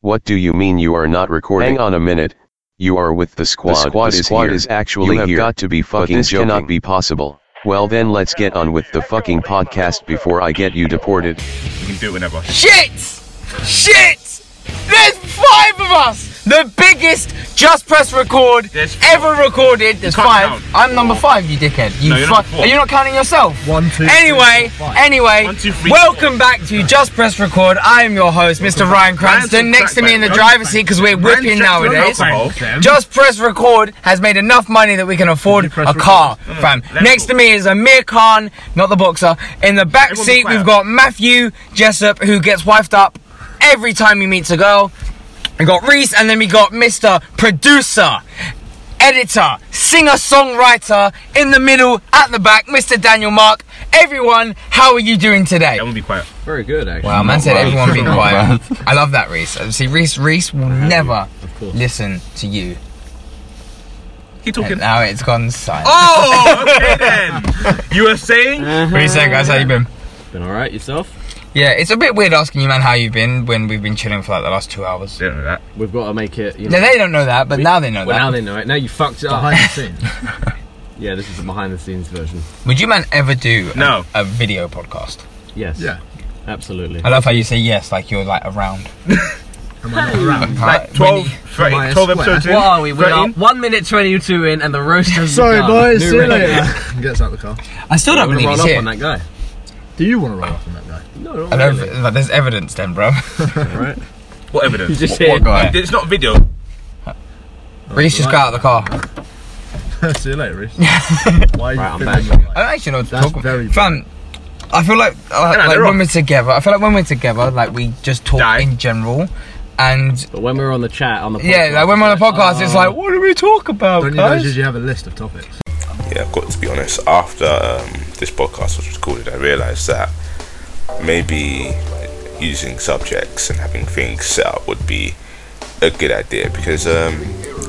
What do you mean you are not recording? Hang on a minute. You are with the squad. squad is here. actually You have here. got to be But fucking this cannot joking. be possible. Well then let's get on with the fucking podcast before I get you deported. You can do it whenever. Shit! Shit! There's five of us! The biggest Just Press Record There's four. ever recorded. There's can't five. count. I'm number five, you dickhead. You No, you're fuck. number four. Are you not counting yourself? One, two, Anyway, anyway, One, two, three, welcome back to Just Press Record. I am your host, Mr. Ryan Cranston. on Next to track, me in the mate. driver's seat because we're whipping nowadays. Just press record has made enough money that we can afford press a car, record? fam. No, no, Mm. let's Next go. to me is Amir Khan, not the boxer. In the back Everyone be seat, quiet. we've got Matthew Jessup, who gets wifed up every time he meets a girl. We got Reese, and then we got Mr. Producer, Editor, Singer Songwriter, in the middle, at the back, Mr. Daniel Mark. Everyone, how are you doing today? Everyone be quiet. Very good, actually. Wow, man Not said bad. everyone be Not quiet. bad. I love that, Reese. See, Reese, Reese will never Of course. listen to you. Keep talking. And now it's gone silent. Oh, okay then. You were saying? What do you say, guys? How you been? Uh-huh. Been alright yourself? Yeah, it's a bit weird asking you, man, how you've been when we've been chilling for like the last two hours. They don't know that. We've got to make it. You know, No, they don't know that, but now they know well, now that. they know it. Now you fucked it up. Behind the scenes. yeah, this is the behind the scenes version. Would you, man, ever do a- No. a, video podcast? Yes. Yeah. Absolutely. I love how you say yes, like you're like around. Am I Like 12, 13, 12 episodes in. What are we? We are 13? one minute twenty-two in, and the roast has Sorry, begun. boys. New See you record. later. Gets out the car. I still I don't want to believe roll he's up here. on that guy. Do you want to roll off on that guy? No, not I don't, really. like, there's evidence then, bro. What You evidence? just Poor here. guy. It's not video. Reese just got out of the car. See you later, Reese. Why are Right, you I'm filming back. me like I don't actually know what to That's talk about. very Fam, I feel like uh, no, like they're when off. we're together, I feel like when we're together, like we just talk Die. in general, and But when we're on the chat, on the podcast, yeah, like when we're on Oh. a podcast, it's like, what do we talk about, Don't you guys guys? usually have a list of topics? yeah, I've got to be honest. After um, this podcast was recorded, I realised that maybe using subjects and having things set up would be a good idea because um,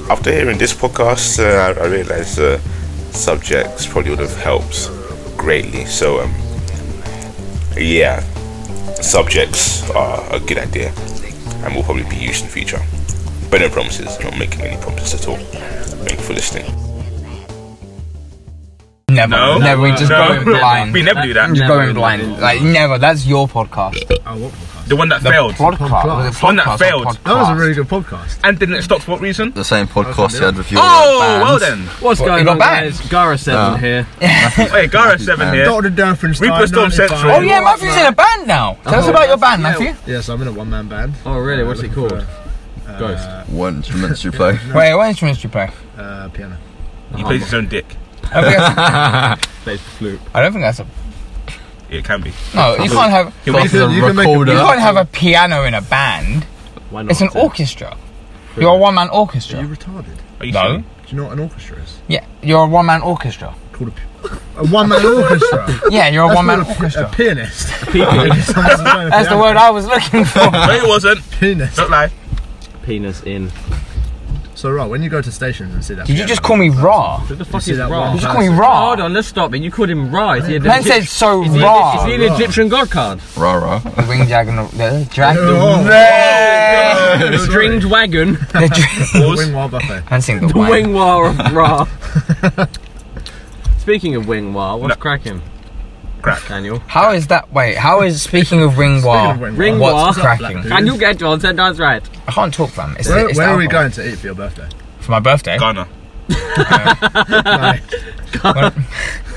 after hearing this podcast, uh, I, I realised uh, subjects probably would have helped greatly. So, um, yeah, subjects are a good idea and will probably be used in future. But no promises, I'm not making any promises at all. Thank you for listening. Never, No. never. We just no. go in blind. We never do that. Just Never go in in blind. blind. Like never. That's your podcast. Oh, what podcast? The one that The failed. Podcast. Podcast. Was it One that podcast or failed. That That was a podcast? really good podcast. and didn't it stop for what reason? the same podcast you had with your Oh, bands. well then. what's What, going you got on, banned? guys? Gara Seven here. Hey, Gara 7 here. Doctor Dunford We put Storm Central. Oh yeah, Matthew's in a band now. Tell us Oh, about your that's- band, yeah. Matthew. Yes, I'm in a one-man band. Oh, really? Uh, What's it looking called? for, uh, Ghost. What instruments you play? Wait, what instruments do you play? Uh, piano. He plays his own dick. I don't think that's- Plays the flute. I don't think that's a. It can be. No, you can't have. He Plus plays a can- you can make a- recorder. You can't have a piano in a band. Why not? It's an it? orchestra. You're a one-man orchestra. Are you retarded? Do Are you No. sure? you know what an orchestra is? Yeah, you're a one man orchestra. Called a, pi- a one-man orchestra. Yeah, you're a That's one man called a pi- orchestra. A pianist. Penis, That's the word I was looking for. No, it wasn't. Pianist. Don't lie. penis in. So right, when you go to stations and see that. Did you piano, just call me raw? What the fuck see is that raw? one Did you call me That's- raw? Hold on, let's stop it. You called him raw. Is he a Man Egypt- said so Is he, raw. Is he an Raw. Egyptian god card? Rah rah. The winged dragon. The dragon. Oh. The The stringed wagon. dra- Pause. Wing Wild Buffet. And sing the The wine. wingwar of raw. Speaking of wingwar, what's cracking? Crack. Daniel. How is that? Wait, how is speaking of ring war? Speaking of Ring What's war. cracking? Can you get one? That does right. I can't talk, fam. It's, Where, it's where are we alcohol. going to eat for your birthday? For my birthday? Ghana. Right. When-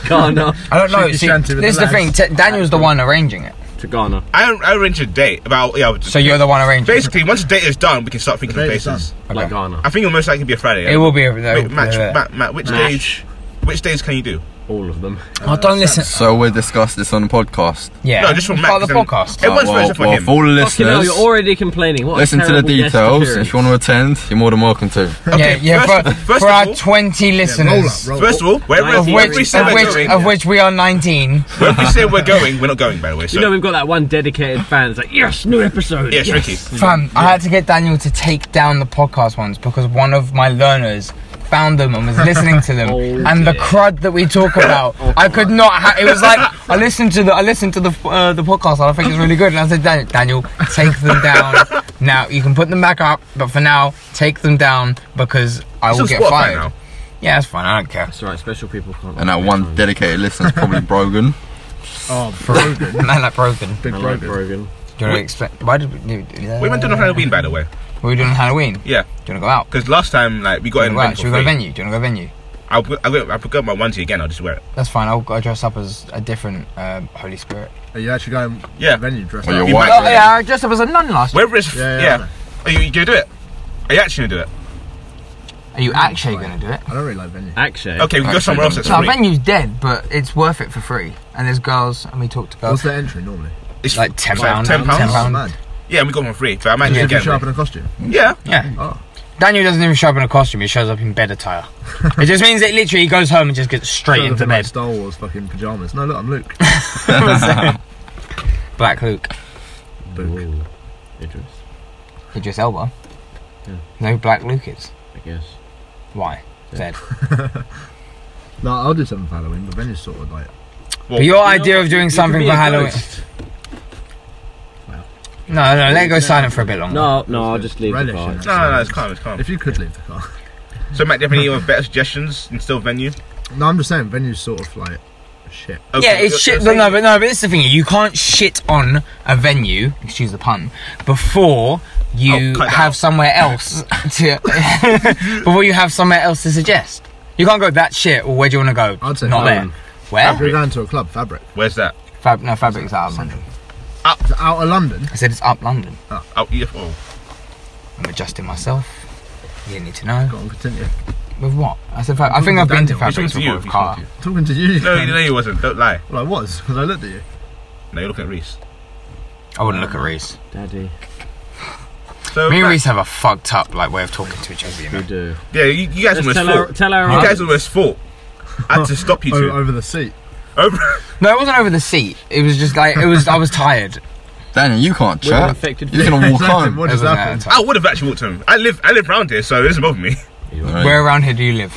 Ghana. I don't know. Shoot your See, shanty with this is the the thing. lads. T- Daniel's the one arranging it. to Ghana. I, I arranged a date about yeah. So you're the one arranging it. Basically, once the date is done, we can start thinking The of date is places. Like Okay. Ghana. I think it'll most likely be a Friday. It will be a. Wait, match, uh, ma- ma- which Match. days? Which days can you do? All of them. Oh, don't listen. So we discussed this on the podcast. Uh, Yeah. No, just from Matt. Oh, the 'cause then podcast. Everyone's well, supposed to well, for him. for all the Fucking hell, listeners, you're already complaining. What a listen to the terrible guest details. appearance. If you want to attend, you're more than welcome to. Yeah, Okay, yeah. first- for first for of our all- 20 Roll listeners. up, roll Oh, First up. of all, wherever, Of of wherever which we Every say of summer we're which going, of which we are 19. wherever we say we're going, we're not going. By the way, so You know we've got that one dedicated fan. It's like, yes, new episode. yes, Ricky. Fam, I had to get Daniel to take down the podcast once because one of my learners found them and was listening to them, Oh, and the dear. crud that we talk about, Oh, I could not. Ha- it was like I listened to the I listened to the uh, the podcast and I think it's really good, and I said, Daniel, Daniel take them down Now you can put them back up, but for now, take them down because I It's will on get Spotify fired. now. Yeah, that's fine. I don't care. That's right, special people can't. like And that me, one so- dedicated listener is probably Brogan. Oh, Brogan. Man, like broken. Big I like Brogan. Brogan. Do you want to expect? Why did we do? Uh, We went on Halloween, by the way. We're doing Halloween. Yeah, Do you want to go out? because last time like we got Do in. you wanna go out? Right, Should we go to venue? Do you want to go to venue? I'll, I'll, I'll go my onesie again. I'll just wear it. That's fine. I'll, I'll dress up as a different um, Holy Spirit. Are you actually going Yeah. venue dressed Or your up? You white. might- Oh yeah, I dressed up as a nun last year. Wherever it's Yeah, yeah. yeah, Are you, you gonna do it? Are you actually gonna do it? Are you actually gonna do it? I don't really like venue. Actually, Okay, we can go Actually, somewhere else. don't That's No, free. venue's dead, but it's worth it for free. And there's girls, and we talk to What's girls. the entry normally? It's Like ten it's pounds. Ten Oh, pounds. pounds. mad. Yeah, and we got one free. But I might Just yeah. if you get show up in one. a costume. Yeah. Yeah. Oh. Daniel doesn't even show up in a costume. He shows up in bed attire. it just means that literally he goes home and just gets straight Should've into been like bed. Star Wars fucking pajamas. No, look, I'm Luke. Black Luke, Luke. Ooh, Idris, Idris Elba. Yeah. No Black Luke is. I guess. Why? Dead. No, I'll do something for Halloween, but venue's sort of like. Well, But your idea of doing something for Halloween. No, no, let it go silent for a bit longer. No, no, I'll just leave Relish the car. in it. no, no, no, it's calm. It's calm. If you could leave the car. So, Matt, do you have any other better suggestions and still venue? No, I'm just saying, venue's sort of like shit. Yeah, Okay, it's you're- you're shit. No, saying- no, but no, but it's the thing. You can't shit on a venue. Excuse the pun. Before you Oh, cut that have out. somewhere else to, before you have somewhere else to suggest. You can't go that shit. Or where do you want to go? I'd say not Fabric. there. Where? If you're going to a club, Fabric. Where's that? Fab- no, Fabric's out of London. Is it out of London? I said it's up London. Oh, yeah, oh. I'm adjusting myself. You didn't need to know. Go on, continue. With what? I said. Fab- I think I've been to Daniel. He's talking Fabric's to before you, with he's Carter. talking to Talking to you. No, Ken. no, you wasn't. Don't lie. Well, I was, because I looked at you. No, you're looking at Reese. I wouldn't look at Reese. Daddy, So, Me and Matt, Reese have a fucked up like way of talking to each other. You we know? do. yeah, you, you guys Let's almost tell our, fought. tell our You guys audience. almost fought. I had to stop you Over, two. over the seat. Over. No, it wasn't over the seat. It was just like it was. I was tired. Daniel, you can't We're chat. infected You're gonna walk Exactly, home. what It just wasn't that happened? tired. I would have actually walked to him. I live, I live round here, so it doesn't bother me. Right. Where around here do you live?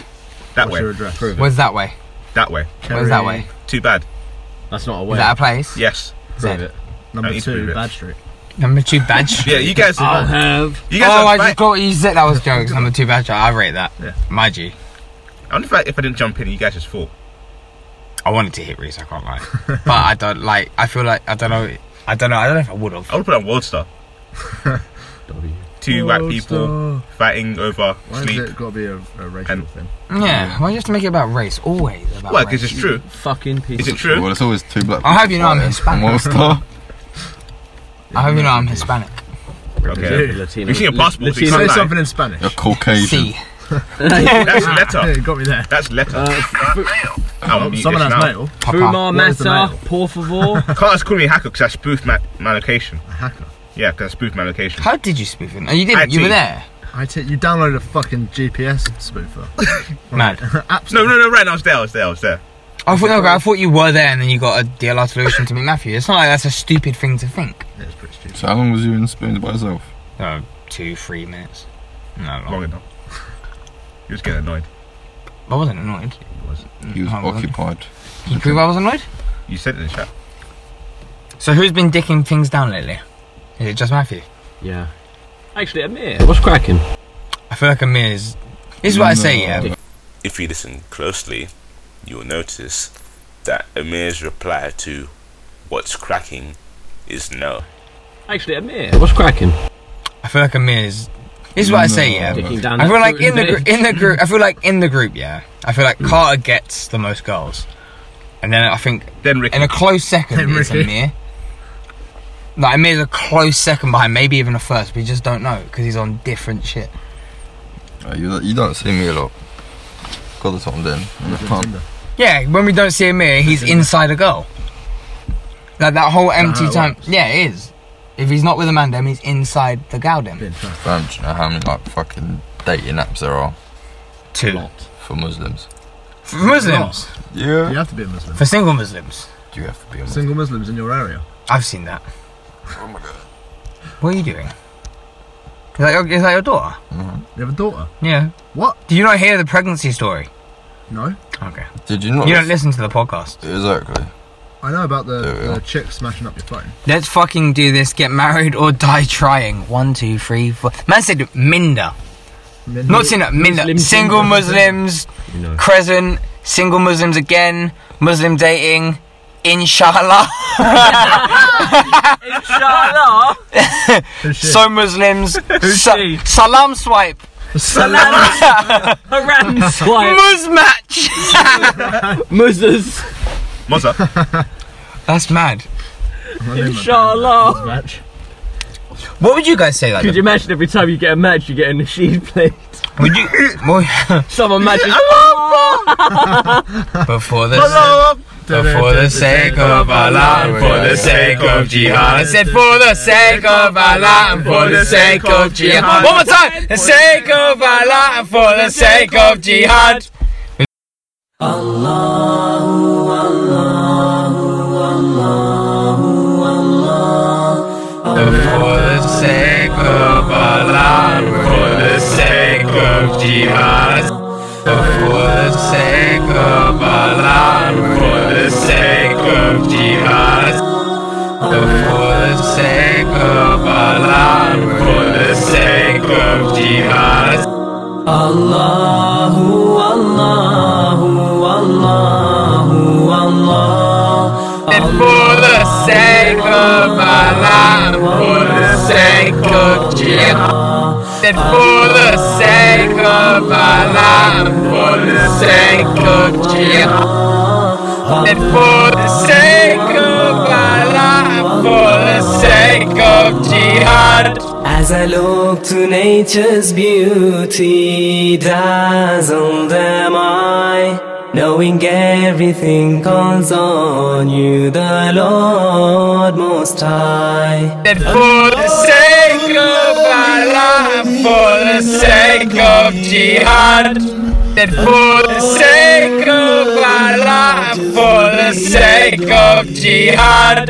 That What's way, your address? Prove Where's that way? that way. Where's that way? Too bad. That's not a Is way. that a place? Yes. Prove it. No, Number you prove two, it. Bad Street. Number two badge. Yeah, you guys. I'll have. you guys. Oh, are I fight- just got what you said. That was jokes. Number two badge. I rate that. Yeah. My G. I wonder if I, if I didn't jump in, you guys just fought. I wanted to hit Reese. I can't lie. but I don't like. I feel like I don't know. I don't know. I don't know if I would have. I would put on World Star. W. Two white people fighting over Why sleep. has it got to be a, a racial And- thing? Yeah. Why do you have to make it about race? Always about Well, race. because it's true. Fucking people. Is it Well, true? it's always two black. I hope you know I'm people Hispanic. on World Star. I hope you know I'm Hispanic. Okay. Latino. We've seen your passport. so you Say can't lie. something in Spanish. You're Caucasian. C. That's Ah, Yeah, letter. you got me there. That's letter. Oh, oh, someone has mail. Papa. Fumar Where's the Massa, mail? por favor. Can't just call me a hacker because I spoofed my, my location. A hacker. Yeah, because I spoofed my location. How did you spoof it? No, Oh, you didn't. I You were did. there. I t- you downloaded a fucking GPS spoofer. Mad. Apps. No, no, no, right now I was there, I was there, I was there. I thought no, I thought you were there, and then you got a DLR solution to meet Matthew. It's not like that's a stupid thing to think. Yeah, it's pretty stupid. So how long was you in spoons by yourself? No, two, three minutes. No, Long long. enough. He was getting annoyed. I wasn't annoyed. He was Oh, well. occupied. Can you prove I was annoyed? You said it in the chat. So who's been dicking things down lately? Is it just Matthew? yeah. Actually, Amir. What's cracking? I feel like Amir is. This is what I say, yeah. If you listen closely, you will notice that Amir's reply to what's cracking is no. Actually, Amir. What's cracking? I feel like Amir is. This is what I say, yeah. Dicking down I that feel like fruit in the and gr- in the group. I feel like in the group, yeah. I feel like Carter gets the most goals, and then I think Then Ricky. in a close second Hey, is Ricky. Amir. Like Amir's a close second behind, maybe even a first. We just don't know because he's on different shit. Uh, you, you don't see me a lot. Got the time then. In the pub. Yeah, when we don't see Amir, he's inside a goal. Like that whole empty how it time. works. Yeah, it is. If he's not with Amanda, then he's inside the Gaudim. Being tough. I don't know how many like fucking dating apps there are Two. for Muslims. For Muslims. Yeah. You have to be a Muslim. For single Muslims. Do you have to be a Muslim? Single Muslims in your area. I've seen that. What are you doing? Is that your, is that your daughter? You have a daughter. Yeah. What? Do you not hear the pregnancy story? No. Okay. Did you not? You don't listen to the podcast. Exactly. I know about the, There we the are. chick smashing up your phone. Let's fucking do this. Get married or die trying. One, two, three, four. Man said Minda. Not saying that Minda. Muslim single single Muslims. You know. Crescent. Single Muslims again. Muslim dating. Inshallah. Inshallah. So Muslims. Sa- she? salam swipe. Haram swipe. Mus match. Muzzas. What's up? That's mad. Inshallah. Match. What would you guys say like? Could you imagine every time you get a match, you get a Nasheed plate? Would you? Well, Someone matches. before the before the sake of Allah, and for the sake of jihad. I said for the sake of Allah, and for the sake of jihad. One more time, the sake of Allah, and for the sake of jihad. For the sake of Allah, and for the sake of jihad. For the sake of Allah, and for the sake of jihad. For the sake of Allah, and for the sake of jihad. And for the sake of Allah, and for the sake of jihad. And for the sake of Allah, and for the sake of jihad. And for the sake of Allah, and for the sake of jihad. As I look to nature's beauty, dazzled am I, knowing everything calls on you, the Lord Most High. And for the sake of Allah, and for the sake of jihad. And for the sake of Allah, and for the sake of jihad.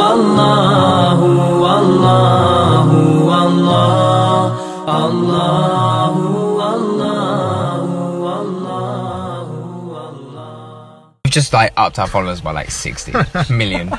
Allahu, Allahu, Allah, Allahu, Allahu, Allahu, Allah. We've just like upped our followers by like 60 million.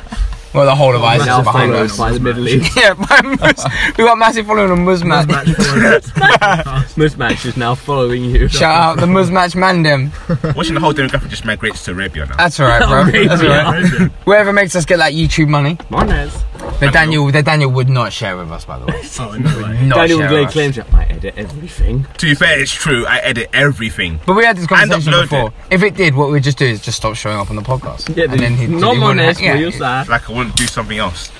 Well, the whole of ISIS Now is behind followed us. by the Middle East. Yeah, by Mus- we got massive following on Musmat. Match for Musmatch is now following you. Shout out the Musmatch Mandem. Watching the whole demographic just migrates to Arabia now. That's alright, bro. That's alright. Arabia. Whoever makes us get that YouTube money. Monez. The Daniel, the Daniel would not share with us, by the way. Oh, no way. Not Daniel share Glade with us. claims that I edit everything. To be fair, it's true. I edit everything. But we had this conversation uploaded. before. If it did, what we'd just do is just stop showing up on the podcast. Yeah, and then he'd, not he wouldn't Monez, have- yeah. for your side. Like I wouldn't do something else.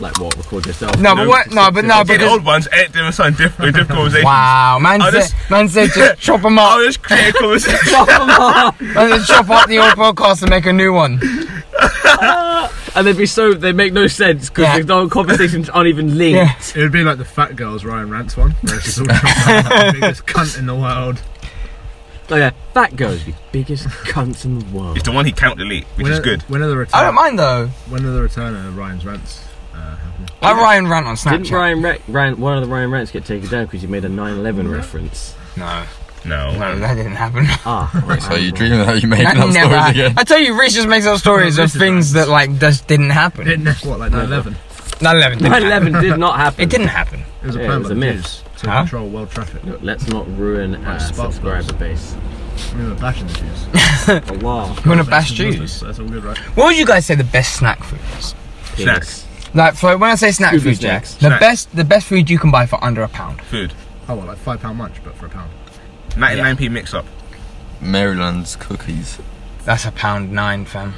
Like what? Record yourself. No, but what? No, but Get no, Oh, but the this- old ones, edit them with something different, different conversation. wow, man I'll said, just- man said, just chop them up, I'll just create a conversation. man said, chop up the old podcast and make a new one. and they'd be so they make no sense because Yeah. the whole conversations aren't even linked. Yeah. It would be like the fat girls Ryan Rants one. Where she's all the biggest cunt in the world. Oh yeah, that girl's the biggest cunts in the world. it's the one he can't delete, which when is are- good. When are the return? I don't mind though. When are the return of Ryan's Rants uh, happening? I Ryan rant on Snapchat. Didn't Ryan, Ra- Ryan one of the Ryan Rants get taken down because he made a Mm-hmm. 9/11 reference? No, No, no, that didn't happen. Ah, Wait, so you dreaming that you making That up never. stories Happened. again? I tell you, Reese just makes up stories of Reese is things that like just didn't happen. It never what like 9/11. 9/11 didn't happen. 9/11 did not happen. It didn't happen. It was a Yeah, plan it was by a the myth. Jews to Huh? control world traffic. Look, let's not ruin our spark subscriber base. We were bashing the Jews. Allah, You want to bash Jews? That's all good, right? What would you guys say the best snack food is? snacks. Like, for, when I say snack Scooby food, snacks. Jack, the Snack. best the best food you can buy for under a pound. food. Oh, well, like five pound lunch, but for a pound. 99p mix up. Maryland's cookies. That's a pound nine, fam.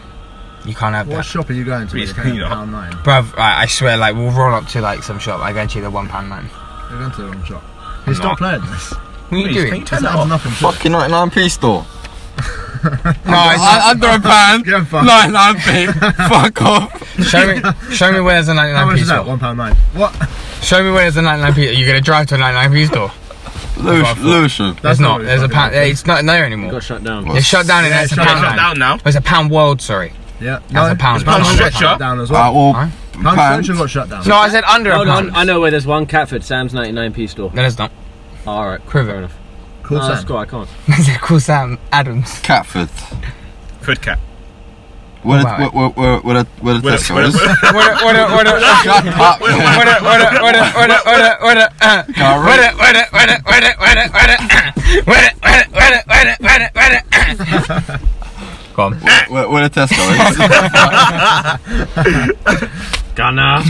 You can't have What that. shop are you going to? Please, You're going you to know. pound nine. Bruv, I, I swear, like, we'll roll up to, like, some shop. I guarantee they're one pound nine. You're going to the wrong shop. Hey, not. stop playing this. What are you Please, can doing? you turn that That's not off? nothing. to it. Fucking 99p store. No, it's, Under a pound. Get on fire. 99p. Fuck off. Show me, show me where there's a How 99p much is that? store. One pound nine. What? Show me where there's a 99p. Are you gonna drive to a 99p store? Lush, Lucian. There's not not. what There's a it's pound. fucking- It's not there anymore. Got shut down. What? It's shut down and Yeah, that's a shut pound down. nine. Down now. It's a pound world. Sorry. Yeah. a pound. Pound Pound Stretcher Stretcher? shut down as Ah, well. well, Huh? Pound pants. Stretcher got shut down. No, I said under a Hold pound. on, I know where there's one. Catford, Sam's 99p store. No, there's not. All right, Crivet. fair enough. Cool no, that's Sam. cool. I can't. Is it called Sam Adams? Catford. Food cat. Where Wow. the, where, where, where, the- where the Where the- Tesco where the- is? What a- what a- what a- Shut up. what a- what a- what a- what a- what a- what a- uh, All what right. a- what a- what a- what a- what a- what a- uh, what a- what a- what a- what a- what a- what a- uh. Go on. Where, where the Tesco is? Gunner.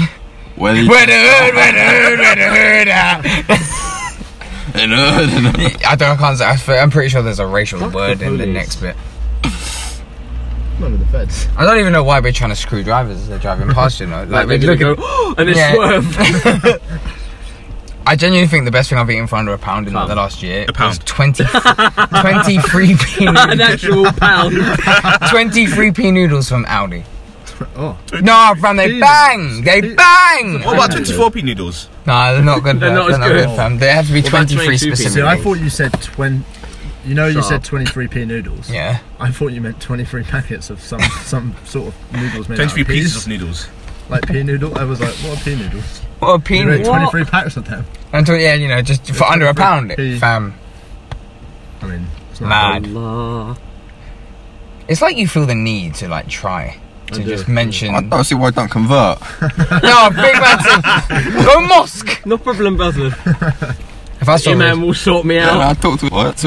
Where the, Where the hood, where the hood, where the hood at? in the- I don't. I can't say. I fe- I'm pretty sure there's a racial Fuck word the in the police. next bit. None of the feds. I don't even know why we're trying to screw drivers as they're driving past. You know, like They're they gonna look at. go, and they Yeah. swerve. I genuinely think the best thing I've eaten for under a pound in like, the Pound. last year A was pound. 20, 23p An noodles, actual pound. 23p noodles from Aldi. Oh. No, fam, they Jesus. bang! They Jesus. bang! What about 24p noodles? Nah, they're not good. They're fam. not as good, good. fam. They have to be What about 23 22p? See, specifically. I thought you said twen. You know, you Shut said up. 23p noodles. Yeah. I thought you meant 23 packets of some some sort of noodles made out 23 of peas, pieces of noodles. like pea noodle. I was like, what are pea noodles? What a You made peanut. 23 packs of them. Until, yeah, you know, just for under a pound, 23p. fam. I mean, it's not Mad. Allah. It's like you feel the need to, like, try. To do. just mention. I don't see why I don't convert. no, big man. Go mosque! No problem, brother. If I saw Your this, man will sort me And out. I talked to what?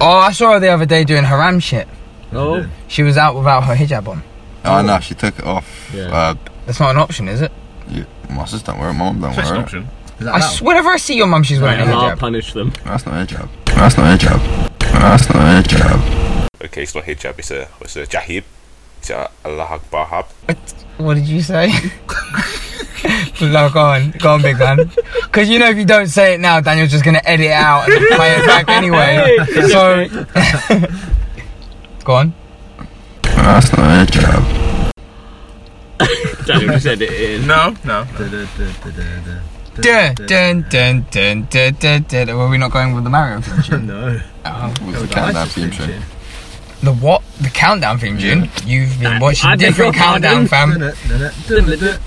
Oh, I saw her the other day doing haram shit. Oh, She was out without her hijab on. Oh no, she took it off. Yeah. Uh, That's not an option, is it? you, my sister don't wear it. My mum don't That's an wear it. option. Is that I allowed? s- whenever I see your mum, she's wearing a Allah hijab. punish them. That's not her job. That's not her job. That's not her job. Okay, it's not hijab, it's a, it's a jahib. It's a Allah Akbar hub. What did you say? no, go on, go on, big man. Because you know if you don't say it now, Daniel's just gonna edit it out and then play it back anyway. So, go on. That's not her job. Daniel just said it in. No, no. Dun, dun, dun, dun, dun, dun, dun. Were we not going with the Mario theme tune? No. With the That countdown ISIS theme thing tune. The what? The countdown theme tune? You've been watching Uh, I beg different your countdown, pardon? Dun fam. it, dun it, dun it, dun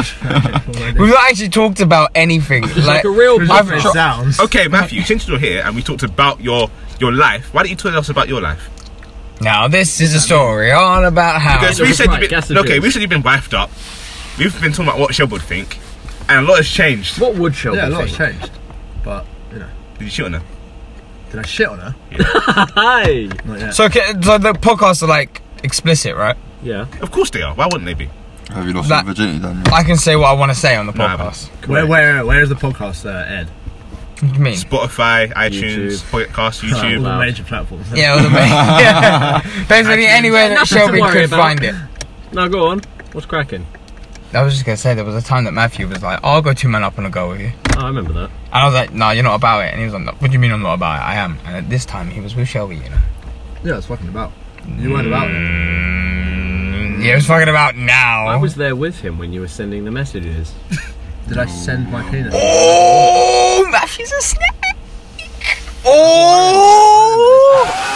it. We've not actually talked about anything. Like a real I've puppet. It tro- sounds. Okay, Matthew, since you're here and we talked about your your life, why don't you tell us about your life? now this is a story all about how. Because we that's said right, you've that's been the okay. truth. We said you've been wifed up. We've been talking about what Shelby would think, and a lot has changed. What would Shelby Yeah, a lot's think? changed. But you know, Did you shoot on her? did I shit on her? Hi. Not yet. So, ca- so the podcasts are like explicit, right? Yeah. Of course they are. Why wouldn't they be? Have you lost That- your virginity, Daniel? I can say what I want to say on the No, I podcast. Where, where, where is the podcast, uh, Ed? What do you mean? Spotify, iTunes, YouTube. Podcast, All YouTube. the Wow. major platforms. Yeah, all the way. Basically, anywhere that Nothing to Shelby worry could about. find it. Now go on. What's cracking? I was just gonna say there was a time that Matthew was like, "I'll go two men up on a go with you," and Oh, I remember that. I was like, "No, you're not about it." And he was like, "No, "What do you mean I'm not about it? I am." And at this time, he was with Shelby, you know. Yeah, it's fucking about. You weren't about it. Mm, yeah, he was fucking about now. I was there with him when you were sending the messages. Did I send my penis? Oh, Matthew's a snake. Oh.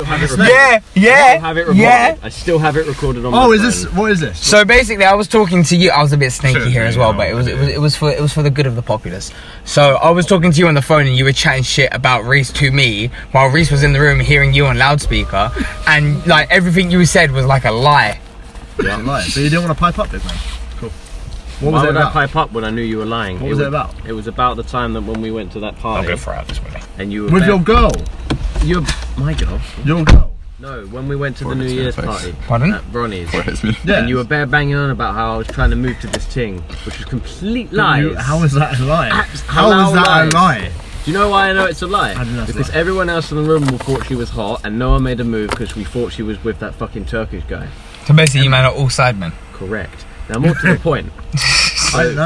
I still have it recorded. Yeah, yeah, I still have it recorded. yeah. I still have it recorded on my Oh, is phone. this what is this? So basically, I was talking to you. I was a bit sneaky here as well, but it was, it was it was for it was for the good of the populace. So I was talking to you on the phone, and you were chatting shit about Reese to me while Reese was in the room hearing you on loudspeaker, and like everything you said was like a lie. I'm lying. So you didn't want to pipe up, big man. Cool. Why What was it would I about? pipe up when I knew you were lying? What was it wa- about? It was about the time that when we went to that party for out this window. and you were With bare- your girl. your my girl. Your girl. No, when we went to Or the New it's your Year's face. party Pardon? at Ronnie's. Where it's been- Yeah. And you were bare banging on about how I was trying to move to this thing, which was complete lies. You- How is that a lie? Abs- How is halal that lies. a lie? Do you know why I know it's a lie? I don't know it's a because lie. everyone else in the room thought she was hot, and no one made a move because we thought she was with that fucking Turkish guy. So basically, you man are all sidemen. Correct. Now more to the point. I, no, no, no,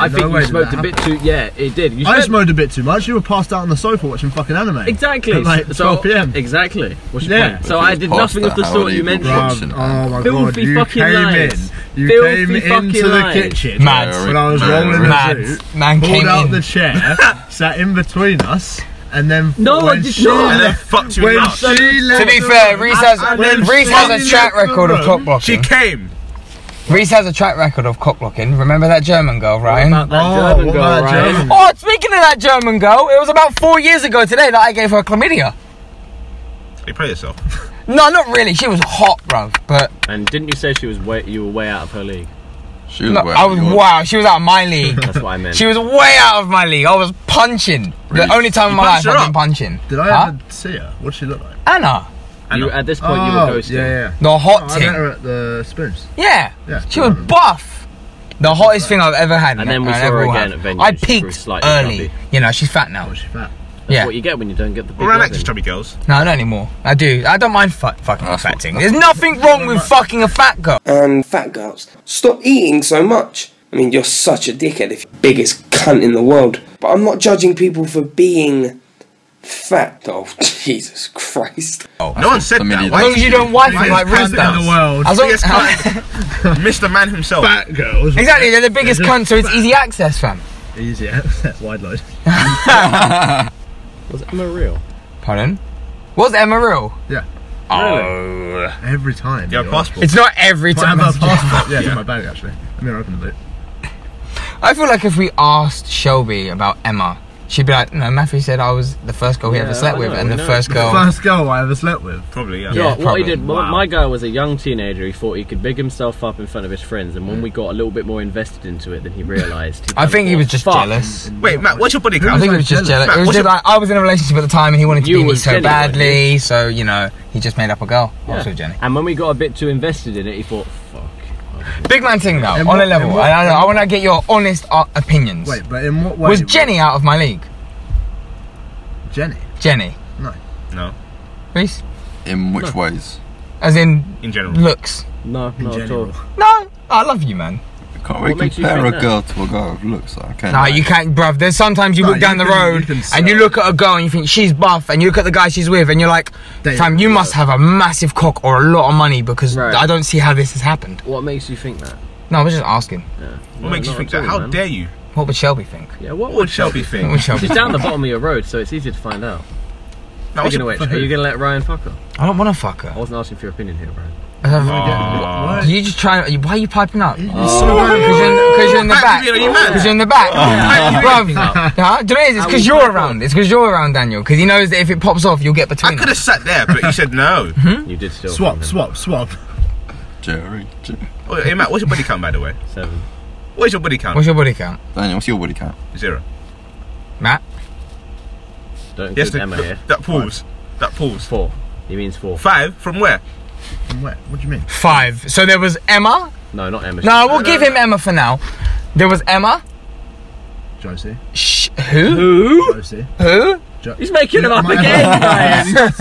I no think way you did that smoked a bit happen. too. Yeah, it did. You I spent- smoked a bit too much. You were passed out on the sofa watching fucking anime. Exactly. At like so, 12 p.m. Exactly. What's your Yeah. point? So I did nothing of the Pasta, sort you how do you mentioned. Bruv, watch? Watching oh my god, Filthy you fucking came lies. in. You Filthy came fucking into the lies. kitchen Mad. when I was Mad. rolling the Mad. zoo, Man pulled came out in. the chair, sat in between us, and then No, I when did she not. And then left, fucked you in when love. she left, To be the fair, room- Reese has, and then Reese she has a left track the record of room. cock She blocking. came. Reese has a track record of cock blocking. Remember that German girl, Ryan? About that Oh, German what girl, about right? German? Oh, speaking of that German girl, it was about four years ago today that I gave her chlamydia. You play yourself. No, not really. She was hot, bro. But And didn't you say she was way, you were way out of her league? She was no, wearing I was yours. wow. She was out of my league. That's what I meant. she was way out of my league. I was punching. Really? The only time in my punched life her I've been up? punching. Did I Huh? ever see her? What did she look like? Anna, you, at this point, you Oh, were ghosting. Yeah, yeah. the hot Oh, I thing. met her at the spoons. Yeah. Yeah. She was buff. The hottest thing I've ever had. And then we I saw her ever will again have. at venues. I She grew peaked slightly early. chubby. You know, she's fat now. Was she fat? That's Yeah. what you get when you don't get the big Well, Alex loving. is chubby girls. No, not anymore. I do. I don't mind fu- fucking a That's fat what- thing. There's nothing wrong with fucking a fat girl. and Um, fat girls. Stop eating so much. I mean, you're such a dickhead if you're biggest cunt in the world. But I'm not judging people for being fat. Oh, Jesus Christ. No one said I mean, that. he- As Why long as you don't wife it like Reese Biggest cunt in does. the world. As long- Biggest cunt. Mr. Man himself. Fat girls. exactly, they're the biggest They're cunt, just so it's easy access, fam. Easy wide load. Was Emma real? Pardon? Was Emma real? Yeah. Oh. Every time. Yeah, you're- possible. It's not every Might time. have her passport. Yeah, it's in my bag actually. Let me open the boot. I feel like if we asked Shelby about Emma, she'd be like, no, Matthew said I was the first girl he Yeah, ever slept I with know, and we the know. first girl. First girl I ever slept with. Probably, yeah. Yeah, Yeah, what probably. he did. Wow. My guy was a young teenager. He thought he could big himself up in front of his friends, and when we got a little bit more invested into it, then he realised. I think he was just Fuck. jealous. Wait, Matt, what's your body I count? think he was just jealous. Matt, It was what's just your- like, I was in a relationship at the time and he wanted to You be me was so Jenny, weren't you? badly, so, you know, he just made up a girl. Yeah. Also Jenny. And when we got a bit too invested in it, he thought, "Fuck." Big man thing though, And on a what- level. and what- I, I, I want to get your honest uh, opinions. Wait, but in what way? was Jenny out of my league? Jenny. Jenny. No, Reese? In which ways? As in in general. looks. No, In not general. at all. No, I love you, man. Can't we What makes you compare a think that? girl to a guy who looks like? Can No, we? you can't, bruv. There's sometimes you No, walk you down the can- you road can and you sell. look at a girl and you think she's buff, and you look at the guy she's with, and you're like, Damn. fam, you must have a massive cock or a lot of money because Right. I don't see how this has happened. What makes you think that? No, I was just asking. What makes you think that? How dare you? What would Shelby think? Yeah, what What would? would Shelby What think? would Shelby She's think? down the bottom of your road, so it's easy to find out. Now, what's Speaking of your- which, are you gonna let Ryan fuck her? I don't want to fuck I her. wasn't asking for your opinion here, Ryan. I don't- Aw. you just try. Why are you piping up? Because you're, 'cause you're in the Matt, back. you mean, are you mad? Because you're in the back. Matt, Bruv. Huh? Do you know what it is? It's How because we you're pipe around. It's because you're around, Daniel. Because he knows that if it pops off, you'll get I between could have us. sat there, but you said no. You did still Swap, fuck him. swap, swap. Jerry, Jerry. Oh, Hey, Matt, what's your body count, by the way? Seven. What's your body count? What's your body count, Daniel, what's your body count? Zero. Matt? Don't include Yes, the- Emma here. that pause. That pause. Four. He means four. Five? From where? From where? What do you mean? Five. So there was Emma. No, not Emma. No, we'll give him Emma for now. There was Emma. Josie. Sh- who? Who? Josie. Who? He's making them up My- again, Ryan.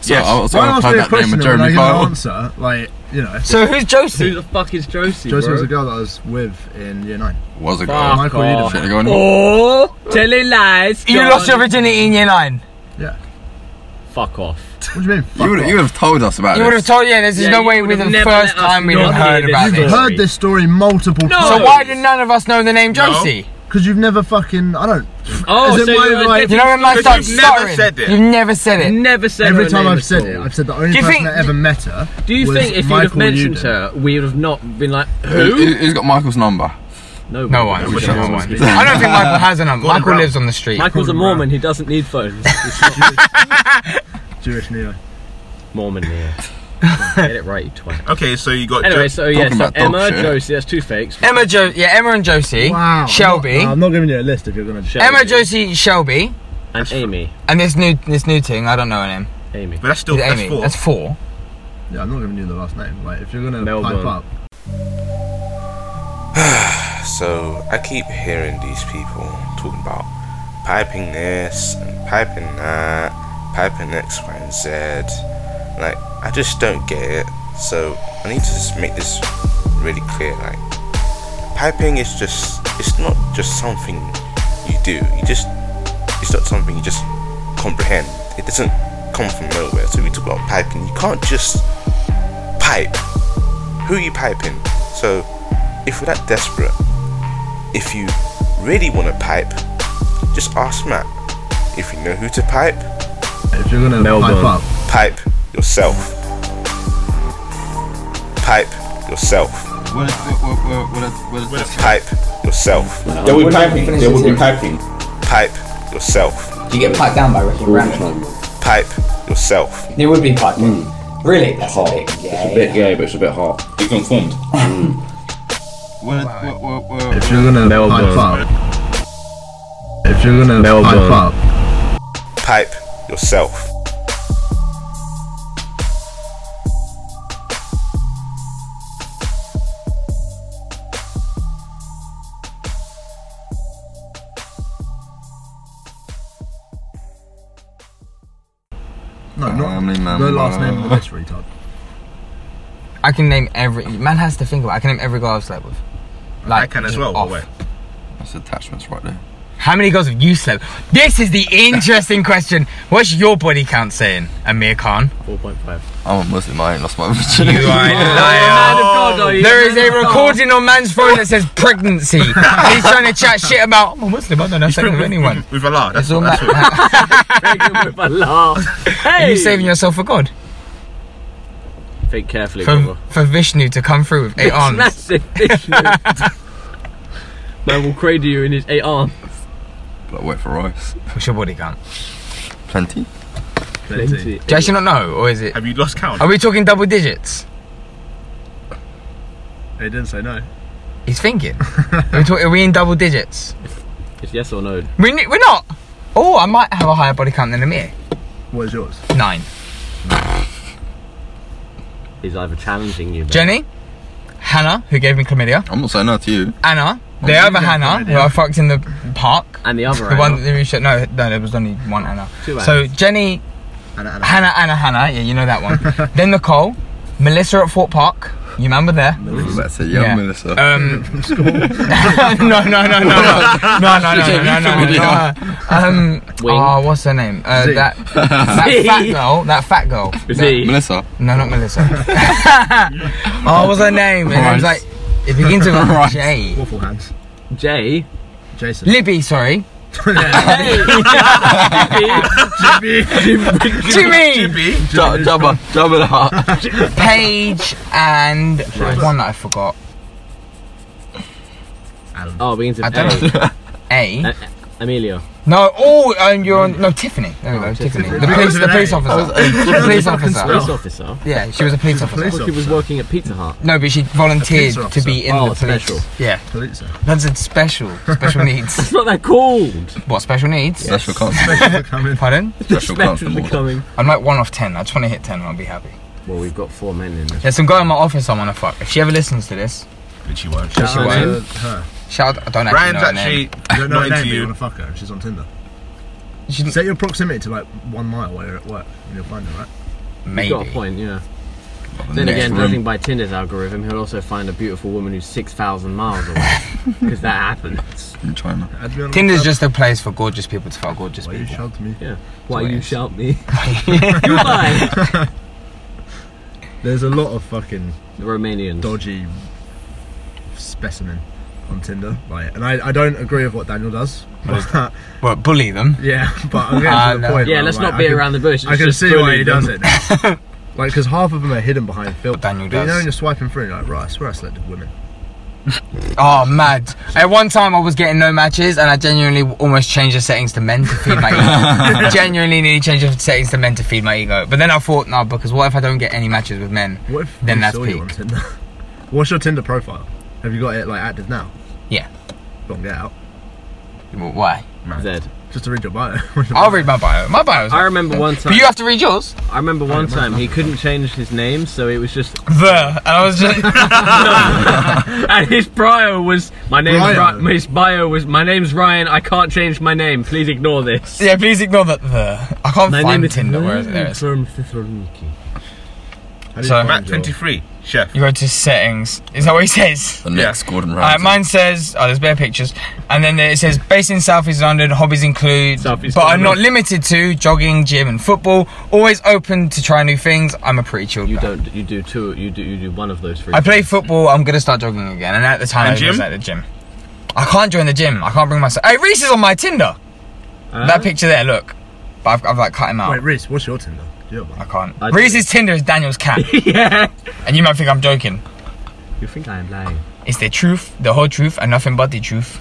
So Yes. I was Why going to ask play me a that name question of and when I Jeremy get an Kyle. answer? Like, you know. So who's Who Josie? the fuck is Josie? Josie bro? was a girl that I was with in year nine. Was a Fuck girl. Michael, you off. didn't- Should I go anymore? Oh, telling lies. You John. lost your virginity in year nine. Yeah. Fuck off. What do you mean? Fuck You would, off. you would have told us about You would have this. told, yeah, this is Yeah, no you way would we have the never first let us time we'd not have heard hear about this. You've this. heard this story multiple No. So times. why did none of us know the name No. Josie? Because you've never fucking. I don't. Oh, Is it so my you're a right- different- You know when man Because starts you've never stuttering, said it. you've never said it. never said Every her time name I've at said all. it, I've said the only Do you person think- that ever met her. Do you was think if you'd have Michael mentioned Uden. her, we would have not been like, Who? who? Who's got Michael's number? No, No we one. wouldn't. Whichever No one. one. I don't think Michael has a number. Gordon Michael Brown. lives on the street. Michael's a Gordon Mormon. He doesn't need phones. He's not Jewish Neo. Mormon here. Get it right, you twat. Okay, so you got. Anyway, so yeah, Talking so about dog Emma, shit. Josie, that's two fakes. Emma, jo- yeah, Emma and Josie, Wow. Shelby, I'm not, I'm not giving you a list if you're gonna. Shelby Emma, Josie, Shelby, and Amy. and this new this new thing. I don't know her name. Amy. but that's still Is it that's Amy? four. That's four. Yeah, I'm not giving you the last name. Like, if you're gonna Melbourne. pipe up, So I keep hearing these people talking about piping this and piping that, piping X, Y, and Z. Like I just don't get it. So I need to just make this really clear. Like piping is just it's not just something you do. You just it's not something you just comprehend. It doesn't come from nowhere. So we talk about piping. You can't just pipe. Who are you piping? So if you're that desperate, if you really want to pipe, just ask Matt. If you know who to pipe, If you're gonna Melbourne. pipe up, pipe yourself. Pipe yourself. What is, what, what, what, what is this? Pipe yourself. There will be piping. There will be piping. Pipe yourself. Do you get piped down by Ricky Rambo? Pipe yourself. There would be piped. Mm. Really? That's a big It's a yeah. bit gay, but it's a bit hard. You conformed. What, is- what, what, what, if you're gonna Melbourne. pipe up, if you're gonna Melbourne. pipe up, Pipe yourself. no, I am not a the last name of member. this retard. I can name every man has to think about. it. I can name every girl I've slept with. Like I can as just well, off. by the way. That's attachments right there. How many girls have you slept? This is the interesting question. What's your body count saying, Amir Khan? 4.5. I'm a Muslim, I ain't lost my virginity. You Oh, are a liar. There is a recording on man's phone that says pregnancy. He's trying to chat shit about I'm a Muslim. I don't know sex with anyone. With Allah, that's It's all what. That's what. that. With a laugh. Are Hey! you saving yourself for God? Think carefully, For, brother. for Vishnu to come through with eight arms. Massive fish. Man will cradle you in his eight arms. But wait for rice. What's your body count? Plenty. Plenty. Do you actually not know, or is it? Have you lost count? Are we talking double digits? They didn't say no. He's thinking. Are we, talk- are we in double digits? It's yes or no. We, ne- we're not. Oh, I might have a higher body count than Amir. What is yours? Nine. He's either challenging you. man. Jenny, Hannah, who gave me chlamydia, I'm not saying no to you. Anna, the other Hannah, who I fucked in the park. And the other The one Anna. that we shot. No, no, there was only one Anna. Two So Annas. Jenny, And, and Hannah, Anna, Hannah. Yeah, you know that one. then Nicole, Melissa at Fort Park. You remember there? That's a young Yeah. Melissa. Um, no, no, no, no, no, no, no, no, no, no, no, no, no. Um, Wing. oh, what's her name? Uh, that that fat girl. That fat girl. Z. Melissa. No, not Melissa. oh, what's her name? And it was like Christ. it begins with a Christ. J. Waffle hands. J. Jason. Libby, sorry. Jimmy, Jibby. Ju- Jabba. Jabba the Hutt. Paige, and there's one that I forgot. Oh, it begins with I don't A. know. A. A- Emilio. No, oh, and you're on. No, Tiffany. There we go, Tiffany. The police, the police officer. The police Police officer. officer. Yeah, she was a Oh. police Police officer. He was working at Pizza Hut. No, but she volunteered A police to be in officer. the Oh, police. special. Yeah, Police. that's a special, special needs. It's not that called. What special needs? Special constable. Coming. Pardon? Special Spectrum constable. becoming. I'm like one off ten. I just want to hit ten, and I'll be happy. Well, we've got four men in this. There's some guy in my office I want to fuck. If she ever listens to this, But she won't. she Shout out won't. to her. Shout! out- I don't actually Brian's know her name. actually You don't know not her name, into but you you. want to fuck her, and she's on Tinder. She didn't- Set your proximity to like one mile while you're at work, and you'll find her, right? You've Maybe. got a point, yeah. Then Next again, judging room. by Tinder's algorithm, he'll also find a beautiful woman who's 6,000 miles away. Because that happens. In China. I'd be on Tinder's just a place for gorgeous people to fuck gorgeous Why you people. shout to me? Yeah. Why what it you is. shout me? You're lying. There's a lot of fucking The Romanians. dodgy specimen on Tinder, right? And I, I don't agree with what Daniel does. but- Well, bully them. yeah, but I'm Ah, getting to no. the point. Yeah, where, let's like, not beat I can- around the bush. I It's can just see why bully he them. does it. now. like, because half of them are hidden behind filters. Daniel But you know, does. when you're swiping through, you're like, right, I swear I selected women. Oh, mad. At one time, I was getting no matches, and I genuinely almost changed the settings to men to feed my ego. genuinely nearly changed the settings to men to feed my ego. But then I thought, no, because what if I don't get any matches with men? What if Then we that's saw you on peak. Tinder? What's your Tinder profile? Have you got it like active now? Yeah. Don't get out. Well, Why? Zed. Just to read your bio. What's your I'll bio? read my bio. My bio's. I remember one time. But you have to read yours. I remember one time he couldn't change his name, so it was just. The. And I was just. And his bio was my name's Brian. Ryan. His bio was my name's Ryan. I can't change my name. Please ignore this. yeah, please ignore that. The. I can't My find name is Tinder. Where is it? There it is. From Thessaloniki. How do you So- find Matt your- 23. Chef. You go to settings. Is that what he says? The next Gordon Alright, Ramsay. mine says, oh, there's better pictures. And then there- it says, based in South East London, hobbies include, Southeast but are London. not limited to jogging, gym, and football. Always open to try new things. I'm a pretty chilled You guy. don't. You do two. You do. You do one of those three. I play football. I'm gonna start jogging again. And at the time, And I was gym? at the gym. I can't join the gym. I can't bring myself. Hey, Reese is on my Tinder. Uh, That picture there, look. But I've, I've like cut him out. Wait, Reese, what's your Tinder? Do you have I one? can't. I do. Reese's Tinder is Daniel's cat, yeah. and you might think I'm joking. You think I am lying? It's the truth, the whole truth, and nothing but the truth. Uh,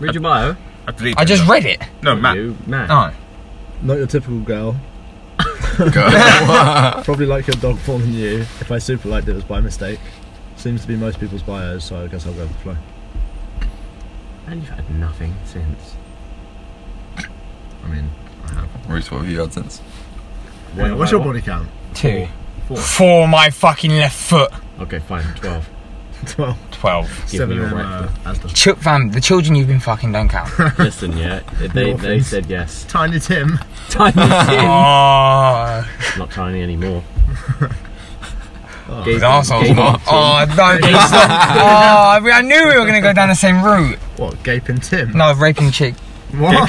Read your bio. I deleted I just it. read it. No, Matt. You man. Oh, Not your typical girl. Probably like your dog more than you. If I super liked it, it was by mistake. Seems to be most people's bios, so I guess I'll go with the flow. And you've had nothing since. I mean, I have. Reese, what have you had since? What Yeah, have what's I your got? body count? two. Four. For my fucking left foot. Okay, fine. Twelve. 12. 12. Give Seven me your of them right are Asda. Ch- fam, the children you've been fucking don't count. Listen, yeah. They, they Orphans. said yes. Tiny Tim. Tiny Tim. oh, Not tiny anymore. these assholes. Oh, no, please stop. Oh, I mean, I knew we were going to go down the same route. What, Gaping Tim? No, raping chick. What?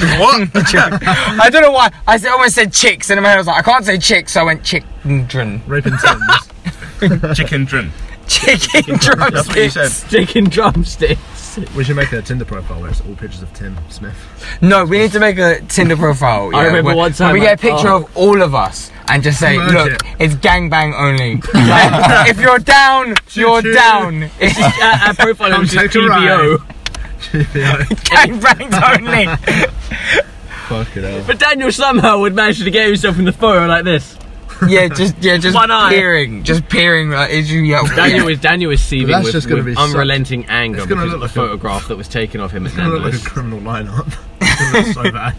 What? I don't know why. I said- almost said chicks, and in my head I was like, I can't say chicks, so I went chickendron. Raping Tims. Chicken drum. Chicken That's what you said. drumsticks. Sticking drumsticks. We should make a Tinder profile where it's all pictures of Tim Smith. No, we need to make a Tinder profile. I remember where- one time where we I- get a picture oh. of all of us and just say, Merge look, it. it's gangbang only. if you're down, you're Choo-choo. down. It's our, our profile Come is just take a TBO. gangbangs only. Fuck it out. But Daniel somehow would manage to get himself in the photo like this. yeah, just yeah, just One eye. peering, just peering. Like, is you yeah, Daniel is Daniel is seething that's with, just gonna with be such- unrelenting anger it's gonna because of look the like a- photograph that was taken of him at Kind of look like a Nando's. criminal lineup. It looks so bad.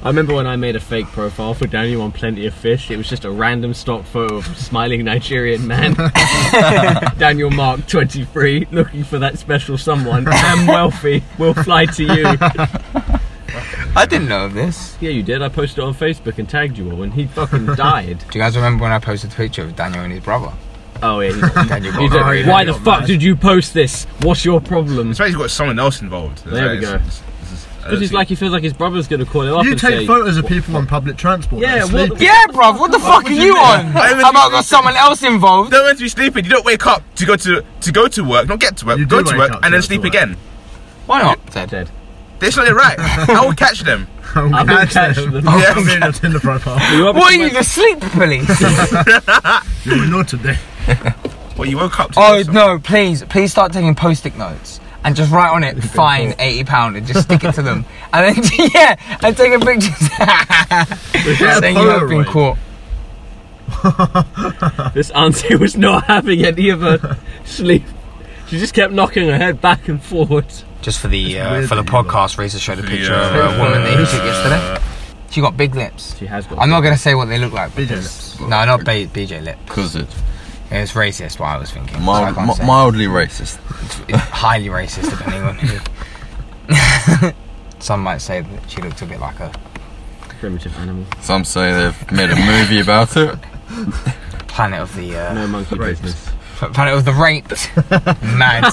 I remember when I made a fake profile for Daniel on Plenty of Fish. It was just a random stock photo of a smiling Nigerian man, Daniel Mark, 23, looking for that special someone. I'm wealthy. Will fly to you. I didn't know of this. Yeah, you did. I posted it on Facebook and tagged you all, and he fucking died. Do you guys remember when I posted the picture of Daniel and his brother? Oh yeah. He's Daniel He's Bryan. like, Why the fuck did you post this? What's your problem? It's basically got someone else involved. There we go. Because he's like, he feels like his brother's gonna call him up You and take say, photos of people on public transport. Yeah, Yeah, what sleep. the- Yeah, bruv, what the fuck are you on? I haven't About got someone else involved. Don't meant to be sleeping. You don't wake up to go to to go to work, not get to work, You go to do wake work, up to and then go to sleep work. again. Why not? Dead. Dead. That's not right. I will catch them. I I'm will catch catch them. them. Yeah, I'm in your Tinder profile. You What are obviously you, the sleep police? You're not today. Well, you woke up. To Oh do something. no, please, please start taking post-it notes and just write on it fine eighty pound and just stick it to them. And then yeah, and take a picture saying you have been Polaroid. caught. went- This auntie was not having any of her sleep. She just kept knocking her head back and forward. Just for the uh, weird for the that you podcast, Razor showed a picture uh, of a woman that he took yesterday. She got big lips. She has got. I'm not gonna say what they look like. BJ because- No, not B- BJ lip. Because it's It's racist. What I was thinking. so I mild, can't say. mi- mildly racist. It's highly racist, depending on who. Some might say that she looks a bit like a primitive animal. Some say they've made a movie about it. planet of the uh, No monkey business. planet of the raped. Mad.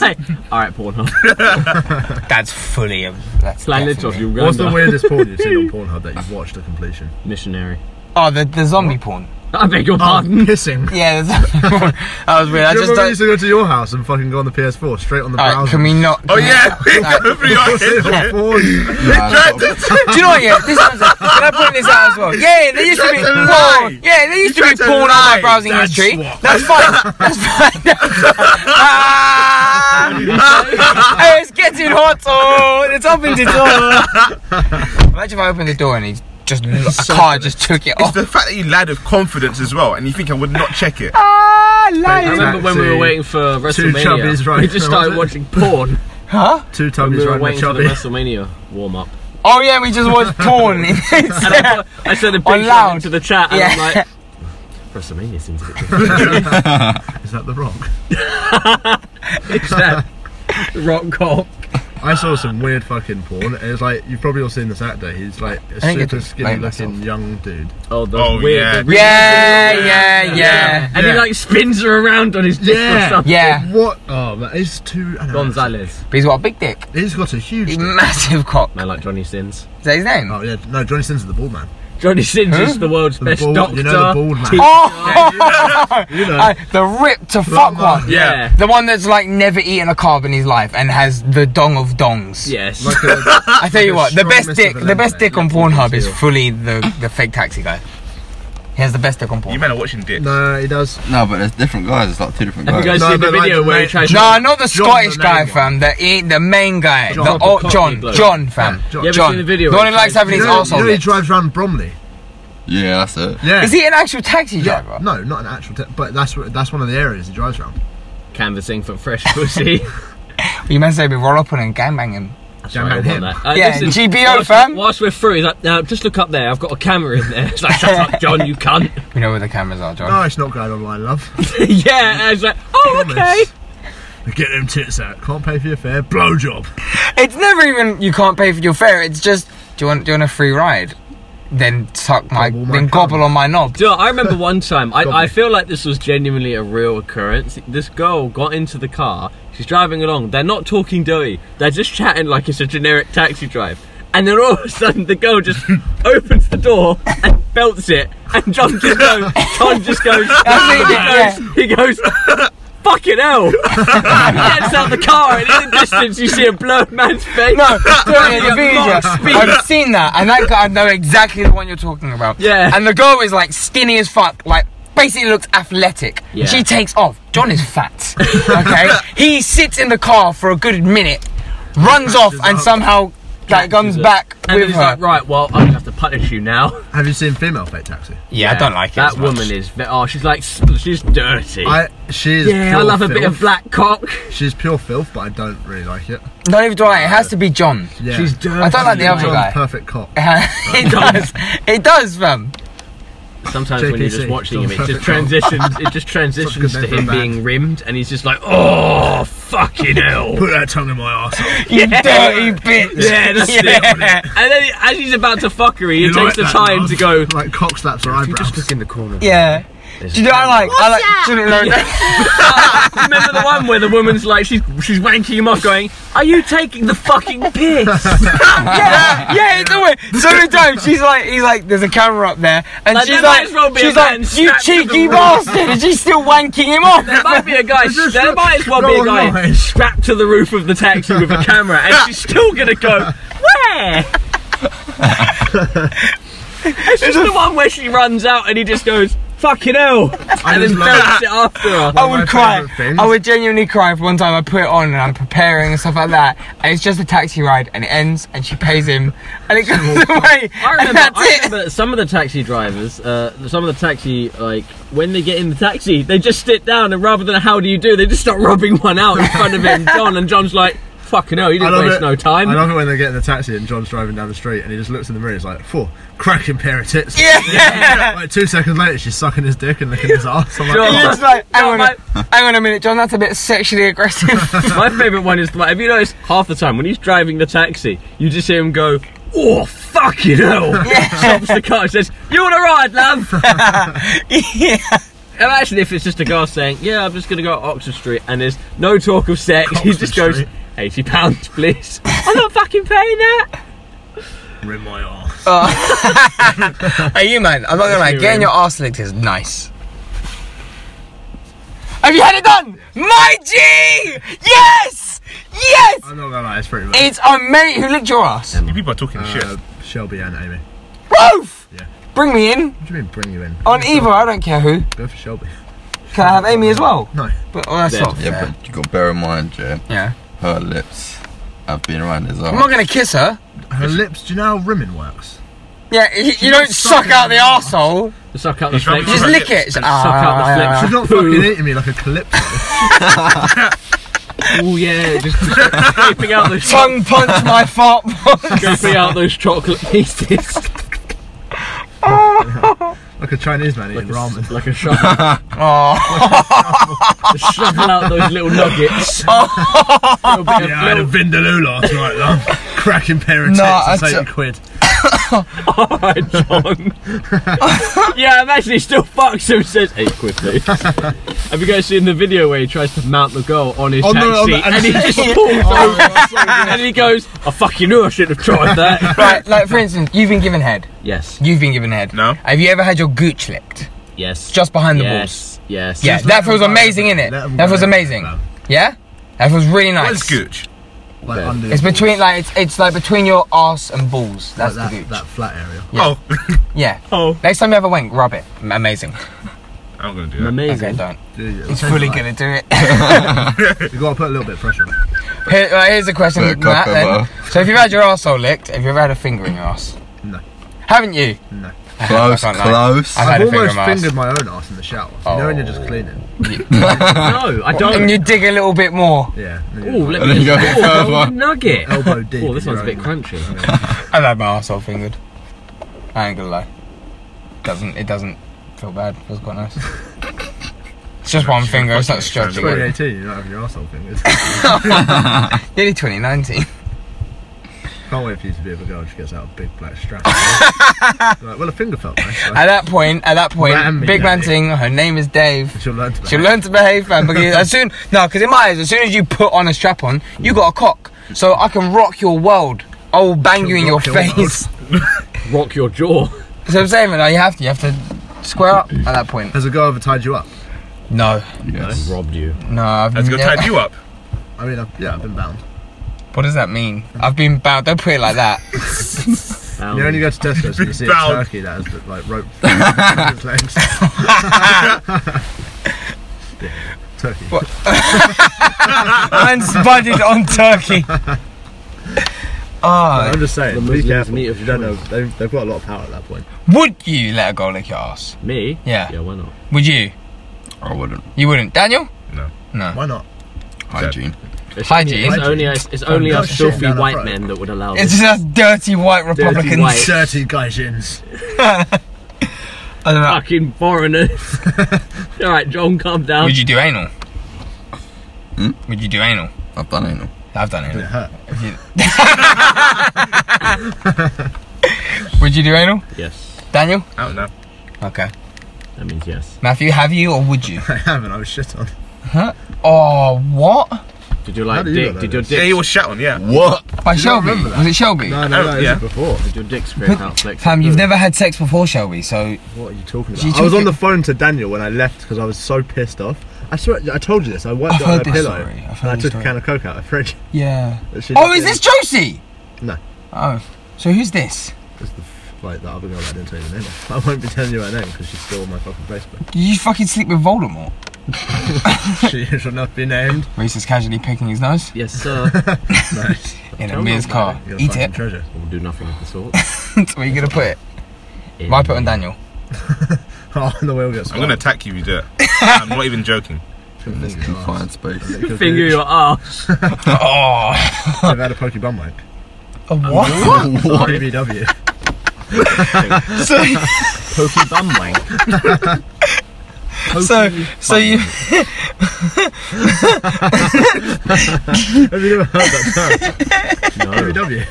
All right, Pornhub. That's fully a that's Planet of definitely- Uganda. What's the weirdest porn you've seen on Pornhub that you've watched to completion? missionary? Oh, the, the zombie porn. I beg your Oh, pardon. pissing. Yeah, the zombie porn. that was weird. I Do you just remember I used don't. to go to your house and fucking go on the PS4 straight on the Alright, browser? can we not? Oh yeah. Porn. Do you know what? Yeah, this is, can I point this out as well? Yeah, there used to be tried to porn. lie. Yeah, there used You to be tried to porn on my lie, browsing dad history. swat. That's fine. That's fine. Ah, oh, it's getting hot. Oh, it's opened the door. Imagine if I opened the door and he just a car just took it It's off. the fact that you lied with confidence as well, and you think I would not check it. Ah, I liar. remember when we were Taxi. waiting for WrestleMania. chubbies right we just now, started was it? watching porn. Huh? Two we tummies were right in the waiting for the chubby. WrestleMania warm up. Oh yeah, we just watched porn. And I, put- I sent a picture loud. into the chat, and I'm Yeah. like, WrestleMania seems a bit different. Is that the rock? Is that rock cop? I saw some weird fucking porn. It's like you've probably all seen this actor. He's like a think I super did. skinny looking young dude. Oh, the Oh, weird. yeah. the- Yeah, yeah, yeah. And he like spins her around on his dick or Yeah. something. Yeah, What? Oh, that is too. I know. Gonzalez. but he's got a big dick. He's got a huge. He's dick. massive cock. I like Johnny Sins. Is that his name? Oh yeah, no, Johnny Sins is the bald man. Johnny Sins is the world's The best bald, doctor. you know the bald man. Oh! Oh, You know. Uh, the rip to fuck Plumber. one. Yeah. The one that's like never eaten a carb in his life and has the dong of dongs. Yes. Like a- I tell you a what, the strong best Mr. dick, the Valente, best dick on yeah, Pornhub is too. fully the the fake taxi guy. He has the best dick on You Pornhub. men are watching dicks. no, he does. No, but there's different guys. It's like two different Have you guys guys. No, seen the but like video the where he main- tries to No, not the John, Scottish the guy, main fam. The he- the main guy, John, the the old cockney John, bloke. John, fam. John. You ever John. seen the video? The one who He likes tries- having You his know, you arsehole. know he licked. drives around Bromley. Yeah, that's it. Yeah. Is he an actual taxi Yeah. driver? No, not an actual. Te- but that's wh- that's one of the areas he drives around. canvassing for fresh pussy. You meant to say we roll up on him, and gangbang him. Jam I out want him. that. Uh, Yeah, GBO, whilst, fam. Whilst we're through, he's like, now just look up there. I've got a camera in there. It's like, shut up, John, you cunt. We know where the cameras are, John. No, Oh, it's not going online, love. yeah, and it's like, oh, okay. Promise. Get them tits out. Can't pay for your fare. Blowjob. It's never even you can't pay for your fare. It's just do you want do you want a free ride? Then suck my, Gobble my then cum. gobble on my knob. Do you know, I remember one time, I, I feel like this was genuinely a real occurrence. This girl got into the car, she's driving along, they're not talking dirty, they're just chatting like it's a generic taxi drive. And then all of a sudden, the girl just opens the door and belts it, and John just goes, John just goes, That's it, yeah. he goes, fucking hell! and he gets out the car, and in the distance, you see a blurred man's face. No, don't the Mark video. Speed. I've seen that, and that guy, I know exactly the one you're talking about. Yeah. And the girl is like skinny as fuck, like basically looks athletic. Yeah. She takes off. John is fat. Okay. he sits in the car for a good minute, runs off, and somehow like comes back And then with he's her. like, right, well, I'm gonna have to punish you now. Have you seen female fake taxi? yeah, I don't like it. That as much. woman is. ve- Oh, she's like. s- She's dirty. I. She is. yeah, pure I love a bit filth. of black cock. She's pure filth, but I don't really like it. Not even do I. It has to be John. Yeah. She's dirty. I don't like the other John's guy. perfect cop. it does. It does, fam. Sometimes when you're just JPC, watching him, it John's just perfect transitions. It just transitions name to for a him band. being rimmed, and he's just like, oh, fucking hell. Put that tongue in my arse. You dirty bitch. Yeah, that's Yeah. it. And then he- as he's about to fuckery, he takes the time to go. Like cock slaps her eyebrows. in the corner. Yeah. Do you know what I like? I like. Do you know, Remember the one where the woman's like, she's she's wanking him off, going, "Are you taking the fucking piss?" yeah, yeah, it's always so many times. She's like, he's like, there's a camera up there, and Like, she's there like, might as well be a she's man like, you strapped to the cheeky roof." bastard, and she's still wanking him off. There might be a guy. There might as well be a guy Nice. strapped to the roof of the taxi with a camera, and she's still gonna go where? it's just the one where she runs out and he just goes fucking hell, and then just love belts it after her. I my would cry. favourite things. I would genuinely cry if one time I put it on and I'm preparing and stuff like that, and it's just a taxi ride, and it ends, and she pays him, and it goes away, I and remember, that's I it. remember some of the taxi drivers, uh, some of the taxi, like, when they get in the taxi, they just sit down and rather than how do you do, they just start rubbing one out in front of him, John, and John's like, fucking hell, you I didn't love waste it. no time. I love it when they get in the taxi and John's driving down the street and he just looks in the mirror. and He's like, "Four cracking pair of tits." Yeah. Like two seconds later, she's sucking his dick and licking his ass. I'm like, Sure. He's just like, hang No, on, a, hang on a minute, John. That's a bit sexually aggressive. My favourite one is the one, have you noticed half the time when he's driving the taxi, you just hear him go, Oh, fucking hell! Stops the car and says, You want a ride, love? yeah. Imagine if it's just a guy saying, Yeah, I'm just going to go to Oxford Street and there's no talk of sex. he Oxford just goes, Street. £80, please. I'm not fucking paying that. "You're in my ass." Hey, you man, I'm not gonna lie, getting your arse licked is nice. Have you had it done? My G! Yes! Yes! I'm not gonna lie, it's pretty. Much. It's a mate who licked your ass. You people are talking shit. Uh, Shelby and Amy. What Both! Yeah. Bring me in. do you mean bring you in? On either, I don't care who. Go for Shelby. Can I have Amy as well? No. But oh, that's Yeah. not Yeah, fair. but you got to bear in mind, Jay. Yeah. Her lips have been around his I'm not arm. gonna kiss her. Her lips. Do you know how rimming works? Yeah, you, you don't suck sucking out the her arse. arsehole. Suck out the He's rubbing flex. You just Right, lick it. yeah, Ah, suck out the ah, flex. ah, She's not Poo. fucking eating me like a calypso. Oh, yeah. Just scraping out those, ah. Tongue punch my fart box. scraping out those chocolate pieces. I Like a Chinese man eating Like a, ramen. like a shovel. Oh, Just shovel out those little nuggets. Little bit of- Yeah, I had a little- Vindaloo last night, love. Cracking pair of No, tits I for 80 ju- quid. Alright, John. yeah, I'm actually still fucks him says eight quid please. Have you guys seen the video where he tries to mount the goal on his Oh, no, taxi no, no, and he just pulls over and he goes, I fucking knew I should have tried that. right. Like for instance, you've been given head. Yes. You've been given head. No. Have you ever had your gooch licked? Yes. Just behind the balls. yes. Yes. Yeah, let that feels them go. amazing, innit? Let them That go. feels amazing. Wow. Yeah, that feels really nice. Where's Gooch? Like Yeah. under It's between like it's, it's like between your ass and balls. like That's that, the gooch. that flat area. Oh, Yeah. Oh. Next time you have a wank, rub it. M- Amazing. I'm gonna do that. Amazing. Okay, don't. Dude, it'll He's take fully like- gonna do it. You gotta put a little bit of pressure. on it. Here, right, here's a question, Bit of Matt. Then. cock So, if you've had your asshole licked, have you ever had a finger in your ass? No. Haven't you? No. I have, I Close, can't lie. close. I had I've a finger Oh. almost in my fingered ass. my own ass in the shower. You know when you're just cleaning. No, I And don't. you dig a little bit more. Yeah. and Oh, then you're let And me then just, you go a bit Ooh, further. golden nugget. Elbow deep. Oh, this one's in a your bit own- crunchy. I've had my asshole fingered. I ain't gonna lie. Doesn't it doesn't feel bad? Feels quite nice. It's just one finger. It's not stretching. Nearly 2018, you're not having your asshole fingered. 2019. Can't wait for you to be with a girl and she gets out a big black strap. like, well, a finger felt nice. At Like, that point, at that point, Ram me, Big Man Daddy. Ting, her name is Dave. she'll learn to behave. She'll learn to behave, fam. Because as soon, no, because in my eyes, as soon as you put on a strap on, you got a cock. So I can rock your world. I will bang you in your rock your face. Rock your jaw. so I'm saying, man, like, you have to, you have to square up at that point. Has a girl ever tied you up? No, Yes. Robbed you. no, I've That's gonna never- tie you up. I mean, I've, yeah, I've been bound. What does that mean? I've been bound. Don't put it like that. Um, You only go to Tesco's and you see a Bound. turkey that has the, like rope legs. Yeah, Turkey. What? and spudded on turkey. Ah, I'm just saying, The be Muslims careful. meet of You don't know, choice. they've, they've got a lot of power at that point. would you let a girl lick your ass? me? Yeah. Yeah, why not? Would you? I wouldn't. You wouldn't, Daniel? No. No. Why not? Hygiene. It's Hygiene. only- It's only us, it's only Oh, us shit, filthy down the white throat. men that would allow It's this. just us dirty white Republicans. white. Hey. Dirty gaijins. I don't know. Fucking foreigners. All right, John, calm down. Would you do anal? Hmm? Would you do anal? I've done anal. I've done It anal. hurt. If you- would you do anal? Yes, Daniel? I don't know. Okay. that means yes. Matthew, have you or would you? I haven't, I was shit on. Oh, what? Did you like do you dick? know Did your this? dick? Yeah, you was shouting. Yeah. What? By Shelby? remember that? Was it Shelby? No, no, Oh, no, this yeah. is before. Did your dick spread out? Flex? Fam, you've never had sex before, Shelby, so What are you talking You about? I was took on it- the phone to Daniel when I left because I was so pissed off. I swear, I told you this. I I've wiped it heard on a this pillow story. I've heard and I this took story. a can of coke out of the fridge. yeah. that she Oh, left is in. this Josie? No. Oh, so who's this? It's the f- like the other girl that I didn't tell you the name of. I won't be telling you her name because she's still on my fucking Facebook. Did you fucking sleep with Voldemort? she shall not be named. Reese is casually picking his nose Yes, sir. Nice. in a Tell Mia's them, car. You're a Eat fucking it. treasure. we'll do nothing of the sort. Where are you gonna put it? Why put it on Daniel? Oh, the wheel gets. I'm gonna attack you if you do it. I'm not even joking. This confined space. Finger your ass. Oh, I've had a pokey bum wank. a what? What? BBW. so, Pokey bum wank. so, so you. Have you ever heard that term? No. BBW.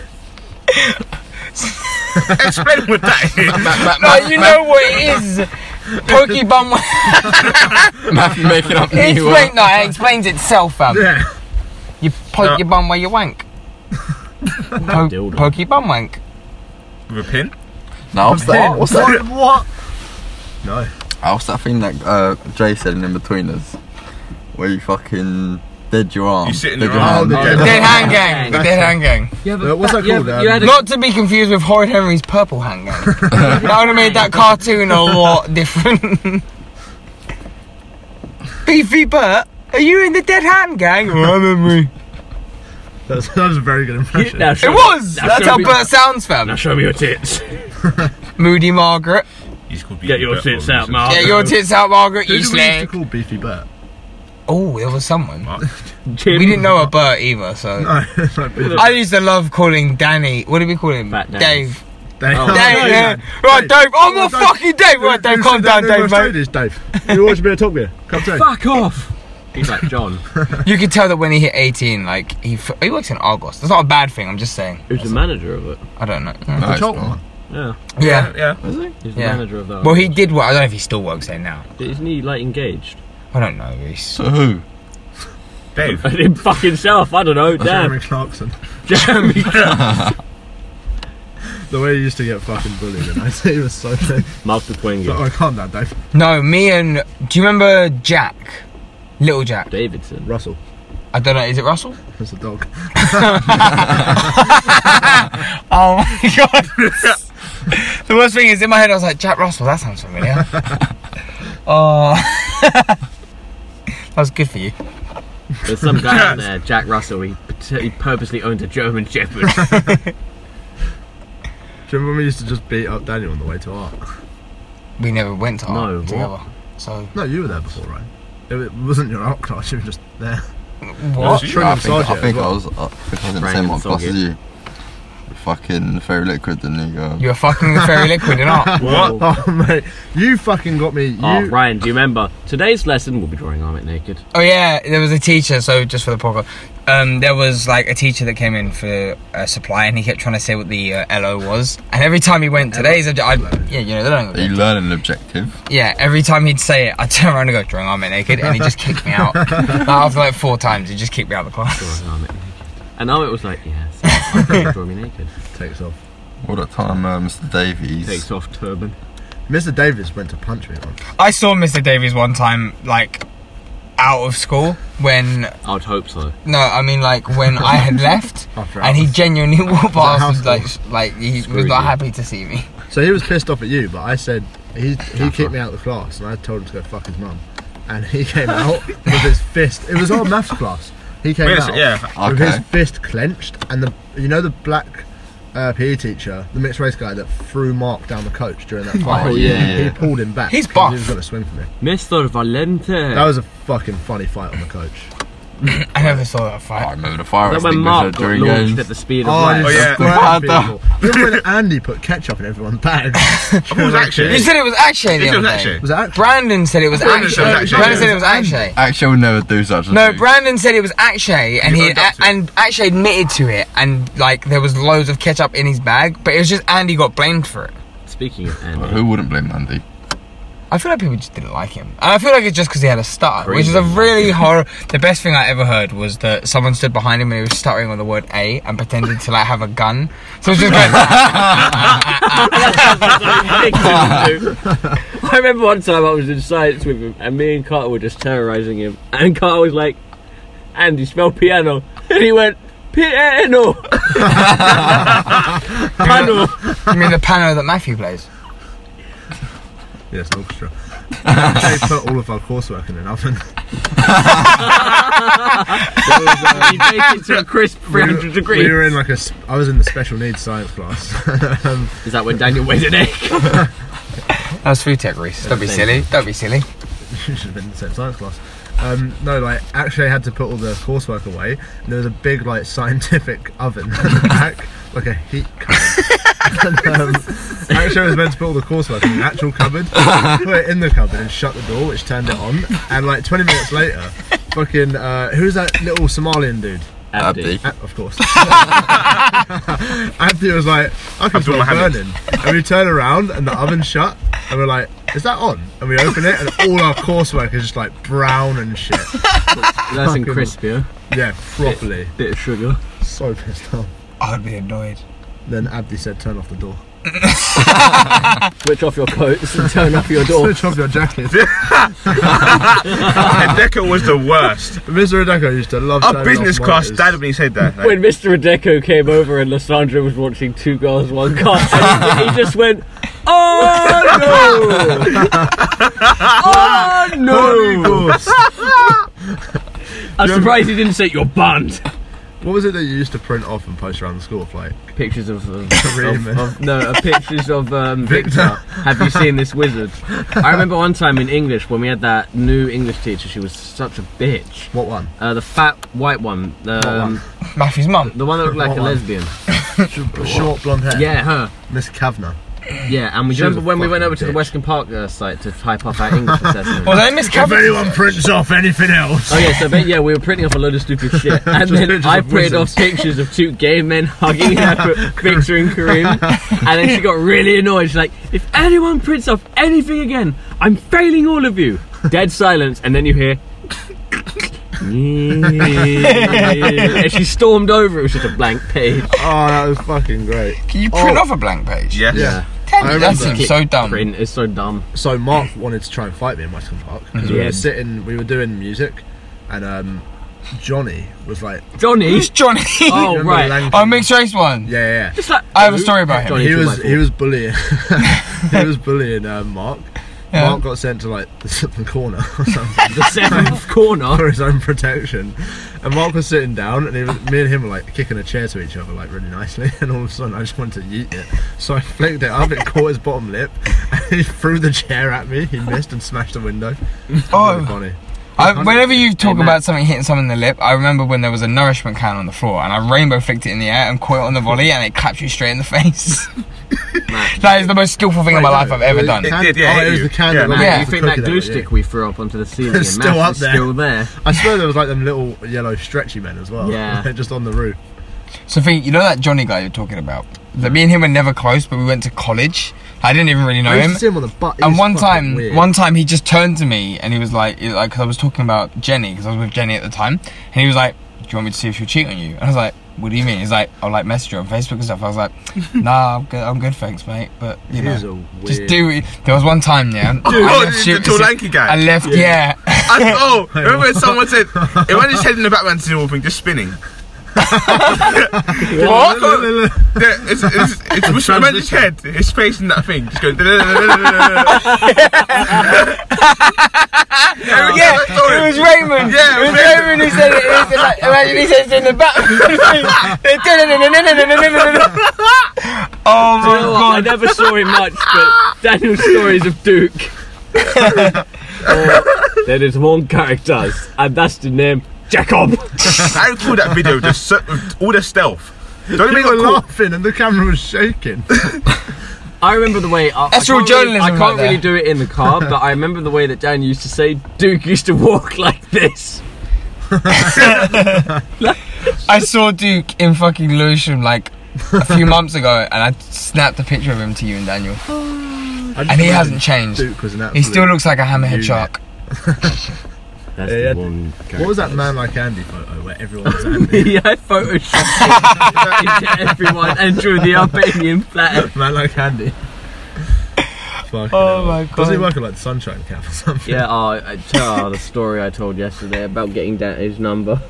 Explain what that is. No, you know what it is. Pokebum. Matthew making up it new explain, words. no, it explains itself, fam. Yeah. You poke No. your bum where you wank. Po- Dildo. Pokebum wank. With a pin. No, what's that? What's that? What? No. What's that thing that uh, Jay said in in between us? Where you fucking did your arm. You sit in did your arm. hand. Oh, the Dead hand gang. The dead hand gang. Yeah, Uh, what's that yeah, called, but um, You had a Not to be confused with Horrid Henry's Purple Hand Gang. that would have made that cartoon a lot different. Beefy Bert, are you in the Dead Hand Gang? it That's, that was a very good impression. Now show, was! Now That's show how me- Bert sounds, Now fam. show me your tits. Moody Margaret. He's called Get your tits out, Mark. Get your tits out, Margaret, Oh, Who you do we used to slag. call Beefy Bert? Oh, there was someone. Jim. We didn't know a Bert either, so. No, it's like Beefy. I used to love calling Danny. What did we call him? Fat Danny. Dave. Dave. Oh. Dave, No, yeah. man. Right, Dave. I'm Come on, not fucking Dave. Right, Dave. Listen, Calm down, Dave. Dave, Let's do mate. this, Dave. You watch a bit of Top Gear. Come to. Fuck off. He's like John. You could tell that when he hit 18, like he f- he works in Argos. That's not a bad thing. I'm just saying. Who's the manager of it? I don't know. No, it's Top not. one. Yeah. Yeah. yeah. Is he? He's the Yeah. manager of that. Well, he did work. I don't know if he still works there now. Isn't he like engaged? I don't know. Reece. So who? Dave. Him fuck himself. I don't know. Oh, Jeremy Damn. Clarkson. Jeremy. The way he used to get fucking bullied, and I say it was so. funny. Mark Betwenga. Oh, calm down, Dave. No, me and do you remember Jack, Little Jack? Davidson. Russell. I don't know. Is it Russell? That's a dog. Oh my god! the worst thing is in my head I was like Jack Russell. That sounds familiar. oh, that was good for you. There's some guy out there, Jack Russell. He, pat- he purposely owned a German Shepherd. Do you remember when we used to just beat up Daniel on the way to art? We never went to art No, what? together. So No, you were there before, right? It wa- wasn't your art class, you were just there. Oh, what? Trinity I think, I, Sargent as think I well. was, uh, I think I was in the Brandon same class Solgate. as you. Fucking fairy liquid, didn't you? Uh, You were fucking with fairy liquid and art. Whoa. Oh, mate. You fucking got me. You, Oh, Ryan, do you remember? Today's lesson, we'll be drawing Armit naked. Oh yeah, there was a teacher. So just for the podcast, um, there was like a teacher that came in for a supply, and he kept trying to say what the uh, LO was. And every time he went today's, obje- I, yeah, you know they don't. Are you learning an objective? Yeah, every time he'd say it, I'd turn around and go, drawing arm naked, and he just kicked me out. Like, after like four times, he just kicked me out of the class. Drawing Armit naked. And Armit was like, yes, I'm going to draw me naked. Takes off. All that time, uh, Mr. Davies. Takes off turban. Mr. Davis went to punch me once. I saw Mr. Davies one time, like, out of school when, I would hope so. no, I mean, like, when I had left, After and he hours. genuinely walked past, house and, like, like, he was Screwed not you. happy to see me. So he was pissed off at you, but I said he he kicked me out of the class, and I told him to go fuck his mum. And he came out with his fist. It was our maths class. He came Wait a out sec, yeah. with his Okay. fist clenched, and the you know the black uh, PE teacher, the mixed race guy that threw Mark down the coach during that fight. He yeah. pulled him back. He's 'cause He was buff. gonna swing for me. Mr. Valente. That was a fucking funny fight on the coach. I never saw that I fight. remember the fire Is that when Mark extinguisher got during launched games. at the speed of Oh, light? and he yeah. just grabbed What people. Remember when Andy put ketchup in everyone's bag? Who was You actually? said it was Akshay the It other was day. Akshay. Was that actually? Brandon said it was Brandon Akshay. said it was Akshay. Brandon said it was Akshay. Actually, I would never do such a No, thing. Brandon said it was Akshay, and You he owned up to it. and Akshay admitted to it, and like there was loads of ketchup in his bag, but it was just Andy got blamed for it. Speaking of Andy, Who wouldn't blame Andy? I feel like people just didn't like him, and I feel like it's just because he had a stutter, Green which is a didn't really horror. The best thing I ever heard was that someone stood behind him and he was stuttering on the word "a" and pretended to like have a gun. So it was just going, I remember one time I was in science with him, and me and Carter were just terrorizing him. And Carter was like, "Andy, spell piano," and he went, "Piano, piano." I mean, the piano that Matthew plays. Yes, an orchestra. they put all of our coursework in an oven. he takes it to a crisp 300 degrees. We were in like a. sp- I was in the special needs science class. um, Is that when Daniel weighed an egg? That was food tech, Reese. Don't be silly. Don't be silly. you should have been in the same science class. Um, no, like actually, I had to put all the coursework away. And there was a big like scientific oven in the back, like a heat cupboard. and, um, actually, I was meant to put all the coursework in an actual cupboard, put it in the cupboard, and shut the door, which turned it on. And like 20 minutes later, fucking uh, who's that little Somalian dude? Abdi. Uh, Of course. Anthony was like, I can smell Mohammed. burning. And we turn around and the oven's shut and we're like, is that on? And we open it and all our coursework is just like brown and shit. That's in crispier. Yeah, properly. Bit of sugar. So pissed off. I would be annoyed. Then Abdi said, turn off the door. Switch off your coats and turn off your door. Switch off your jacket. And Decker was the worst. Mr. Adeko used to love Our turning business off class monitors. dad when he said that. Like, When Mr. Adecco came over and Lysandra was watching Two Girls, One Cup, and he just went, Oh no! Oh no! Course. I'm surprised he didn't say, You're banned! what was it that you used to print off and post around the school? Like, Pictures of. of, of, Raymond. of- no, uh, pictures of um, Victor. Have you seen this wizard? I remember one time in English when we had that new English teacher, she was such a bitch. what one? Uh, the fat white one. Um, one? Matthew's mum. The one that looked like What a one? lesbian. Sh- Short blonde hair. Yeah, her. Miss Kavner. Yeah, and we She was remember a when we went fucking over to the bitch. Western Park uh, site to type up our English assessment. Well, then Miss If Cavern. anyone prints off anything else. Oh yeah, so but, yeah, we were printing off a load of stupid shit, and then pictures I of printed off pictures of two gay men hugging her, Victor and Kareem, and then she got really annoyed. She's like, "If anyone prints off anything again, I'm failing all of you." Dead silence, and then you hear. and she stormed over. It was just a blank page. Oh, that was fucking great. Can you print Oh. off a blank page? Yes. Yeah. Tell I me that remember. seems so dumb. Print is so dumb. So Mark wanted to try and fight me in Western Park because we Yeah. were sitting, we were doing music, and um, Johnny was like, Johnny. Who's Johnny? Oh, remember right. Langton? Oh, mixed race one. Yeah, yeah. yeah. Just like I have a story about him. Johnny, he it's all was my he fault. was bullying he was bullying uh, Mark. Yeah. Mark got sent to like the, the corner or something the seventh corner. for his own protection, and Mark was sitting down, and he was, me and him were like kicking a chair to each other like really nicely, and all of a sudden I just wanted to yeet it, so I flicked it up, it caught his bottom lip, and he threw the chair at me. He missed and smashed the window. Really Oh, funny. I, whenever you talk Amen. about something hitting someone in the lip, I remember when there was a nourishment can on the floor and I rainbow flicked it in the air and caught it on the volley and it clapped you straight in the face. that is the most skillful thing in my Wait, life no, I've ever it- done. it did, yeah, oh, hit it was you. the candle. Yeah, that man. was You the think that cookie glue was- stick we threw up onto the ceiling It's and still mashed up is there. still there? I swear there was like them little yellow stretchy men as well. Yeah. just on the roof. So, think, you know that Johnny guy you're talking about? That me and him were never close, but we went to college. I didn't even really know I used him. to see him on the butt. and one time, one time he just turned to me and he was like, he- like 'cause I was talking about Jenny because I was with Jenny at the time, and he was like, "Do you want me to see if she'll cheat on you?" And I was like, "What do you mean?" He's like, "I'll like message her on Facebook and stuff." I was like, "Nah, I'm good, I'm good, thanks, mate." But you He know, is a just weird- do. it. There was one time, yeah. oh, left the- shit- the tall lanky guy? I left, yeah. I, oh, remember when someone said, imagine his head in the background to the whole thing, just spinning. what? Yeah, it's, it's, it's, it's, imagine his head, his face in that thing, just going. yeah, Yeah, that story. it was Raymond. Yeah, it was Raymond. Raymond who said it. He said, like, imagine he says it in the back. oh my You know what? I god! never saw him much, but Daniel's stories of Duke. Oh, there is one character, and that's the name Jacob. I recall that video just so, with all the stealth. Don't We even were got caught. laughing and the camera was shaking. I remember the way. I, That's I real can't really- journalism I right can't there. really do it in the car, but I remember the way that Dan used to say Duke used to walk like this. I saw Duke in fucking Lewisham like a few months ago, and I snapped a picture of him to you and Daniel, and he hasn't changed. Duke was an He still absolute looks like a hammerhead unit. shark. That's Yeah, yeah. the one. Character. What was that man like Andy photo where everyone was Andy? yeah, I photoshopped it into everyone and drew the Albanian flag. man like Andy. Fuck. Oh my Does he God. work at like the Sunshine Camp or something? Yeah, oh, I, oh, the story I told yesterday about getting Dan his number.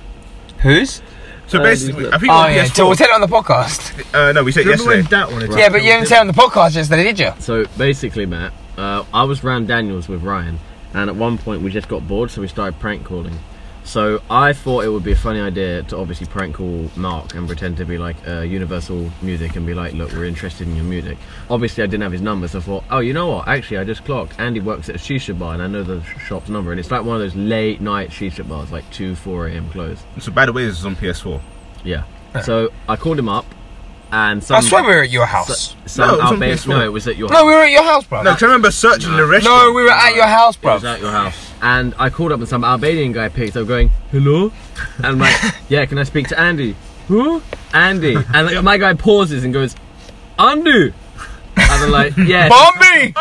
Who's? So basically, I think Oh we yeah, so we'll tell it on the podcast. uh, no, we said Do you remember yesterday. when Dat wanted to Yeah, but you didn't tell it on the podcast yesterday, did you? So basically, Matt, uh, I was round Daniels with Ryan, and at one point we just got bored, so we started prank calling. So I thought it would be a funny idea to obviously prank call Mark and pretend to be like uh, Universal Music and be like, "Look, we're interested in your music." Obviously, I didn't have his number, so I thought, "Oh, you know what? Actually, I just clocked. Andy works at a shisha bar, and I know the sh- shop's number, and it's like one of those late night shisha bars, like two, four a.m. closed." So by the way, this is on PS4. Yeah. So I called him up, and some, I swear we were at your house. some No, it was on Albanian- PS4. no, it was at your No, we were at your house, bro. No, 'cause I remember searching the restaurant. No, we were at your house, bro. It was at your house. And I called up and some Albanian guy picked up going, Hello? And I'm like, Yeah, can I speak to Andy? Who? Andy. And like, my guy pauses and goes, Andy. And I'm like, Yeah. Bombi!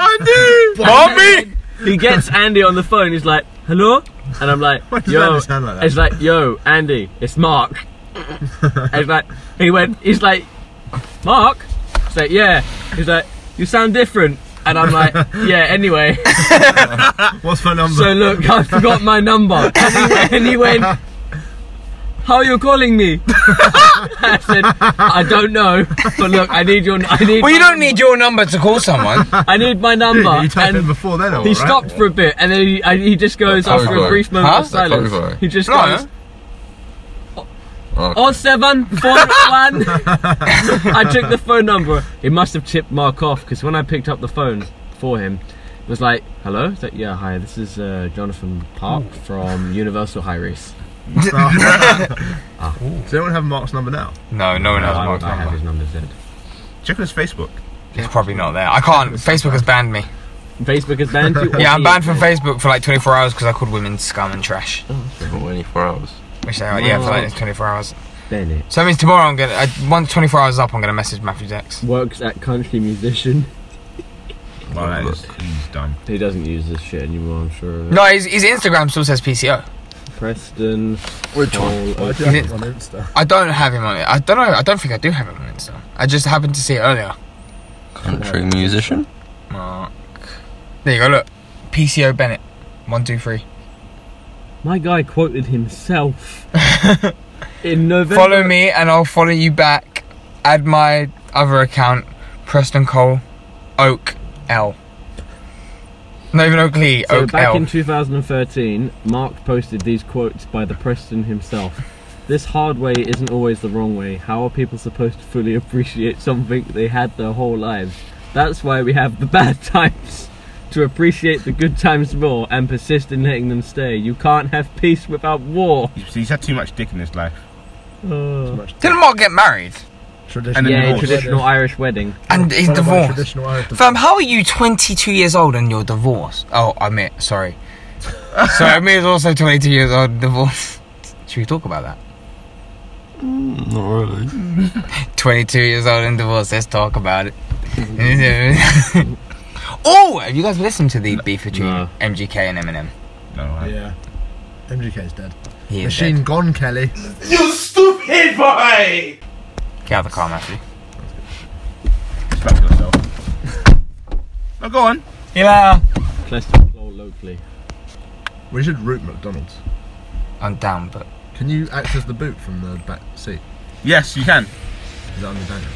Bombi! he gets Andy on the phone, he's like, Hello? And I'm like, Why does Yo. Andy sound like that? It's like, Yo, Andy, it's Mark. and he's like, He went, He's like, Mark? He's like, Yeah. He's like, You sound different. And I'm like, Yeah, anyway. What's my number? So look, I forgot my number. And he went, and he went How are you calling me? I said, I don't know. But look, I need your I need Well, you my- don't need your number to call someone. I need my number. you typed and in before then, he stopped for a bit and then he, and he just goes That's after a horrible. brief moment Huh? That's of silence. horrible. He just No, goes Okay. Oh seven four one. I took the phone number. It must have tipped Mark off because when I picked up the phone for him, it was like, "Hello." It's like, "Yeah, hi. This is uh, Jonathan Park from Universal High Race." Ah. Does anyone have Mark's number now? No, no one No, has I- Mark's I have number. his number, Zed. Check on his Facebook. It's probably not there. I can't. Facebook has banned me. Facebook has banned you. Oh, Yeah, I'm banned from Facebook for like 24 hours because I called women scum and trash. 24 hours. Which they are, yeah, for like 24 hours. Bennett So that means tomorrow I'm gonna. I, once 24 hours is up, I'm gonna message Matthew Dex. works at country musician. Well, that is, he's done. He doesn't use this shit anymore. I'm sure. of it. No, his, his Instagram still says PCO. Preston. Hall Why of- do you have him on Insta? I don't have him on it. I don't know. I don't think I do have him on Insta. I just happened to see it earlier. Country musician? Mark. There you go. Look, PCO Bennett. One, two, three. My guy quoted himself in November. Follow me, and I'll follow you back. Add my other account, Preston Cole, Oak L. Not even Oakley, So Oak back L. in 2013, Mark posted these quotes by the Preston himself. This hard way isn't always the wrong way. How are people supposed to fully appreciate something they had their whole lives? That's why we have the bad times. To appreciate the good times more and persist in letting them stay. You can't have peace without war. He's, he's had too much dick in his life. Oh. Uh, Didn't Mark get married? Traditional. then yeah, divorce. traditional Irish wedding. And he's What about divorced. traditional Irish Fam, how are you 22 years old and you're divorced? Oh, Amit, sorry. sorry, Amit is also 22 years old and divorced. Should we talk about that? Not really. 22 years old and divorced, let's talk about it. oh, have you guys listened to the beef between No. MGK and Eminem? No, I- Yeah. MGK's dead. He is Machine gone, Kelly. dead. Get out of the car, Matthew. Slap yourself. Now go on. Yeah. Preston Cole locally. We should root McDonald's. I'm down, but Can you access the boot from the back seat? Yes, you can. Is that under Daniel?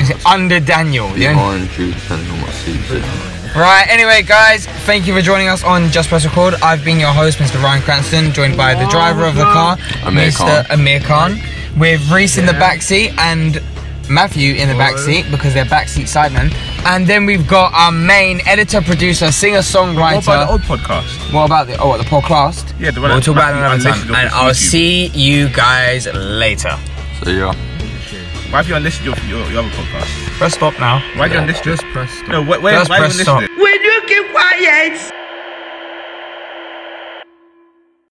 is it under Daniel? The Yeah. orange juice, depending on what seat you sit in. Right, anyway, guys, thank you for joining us on Just Press Record. I've been your host, Mr. Ryan Cranston, joined by the driver of the car, Amir Mr. Khan. Amir Khan, with Reese in the back seat and Matthew in the back seat because they're backseat sidemen. And then we've got our main editor, producer, singer, What about the songwriter. old podcast? What about the oh, what, the podcast? Yeah, the one We'll that's talk about it another Matthew unlisted time. off And of I'll YouTube. see you guys later. So yeah. Why have you unlisted your, your, your other podcast? Press stop now. Why have you unlisted? Just press stop. No, where, where, Just why have press you unlisted stop. it? When you keep quiet,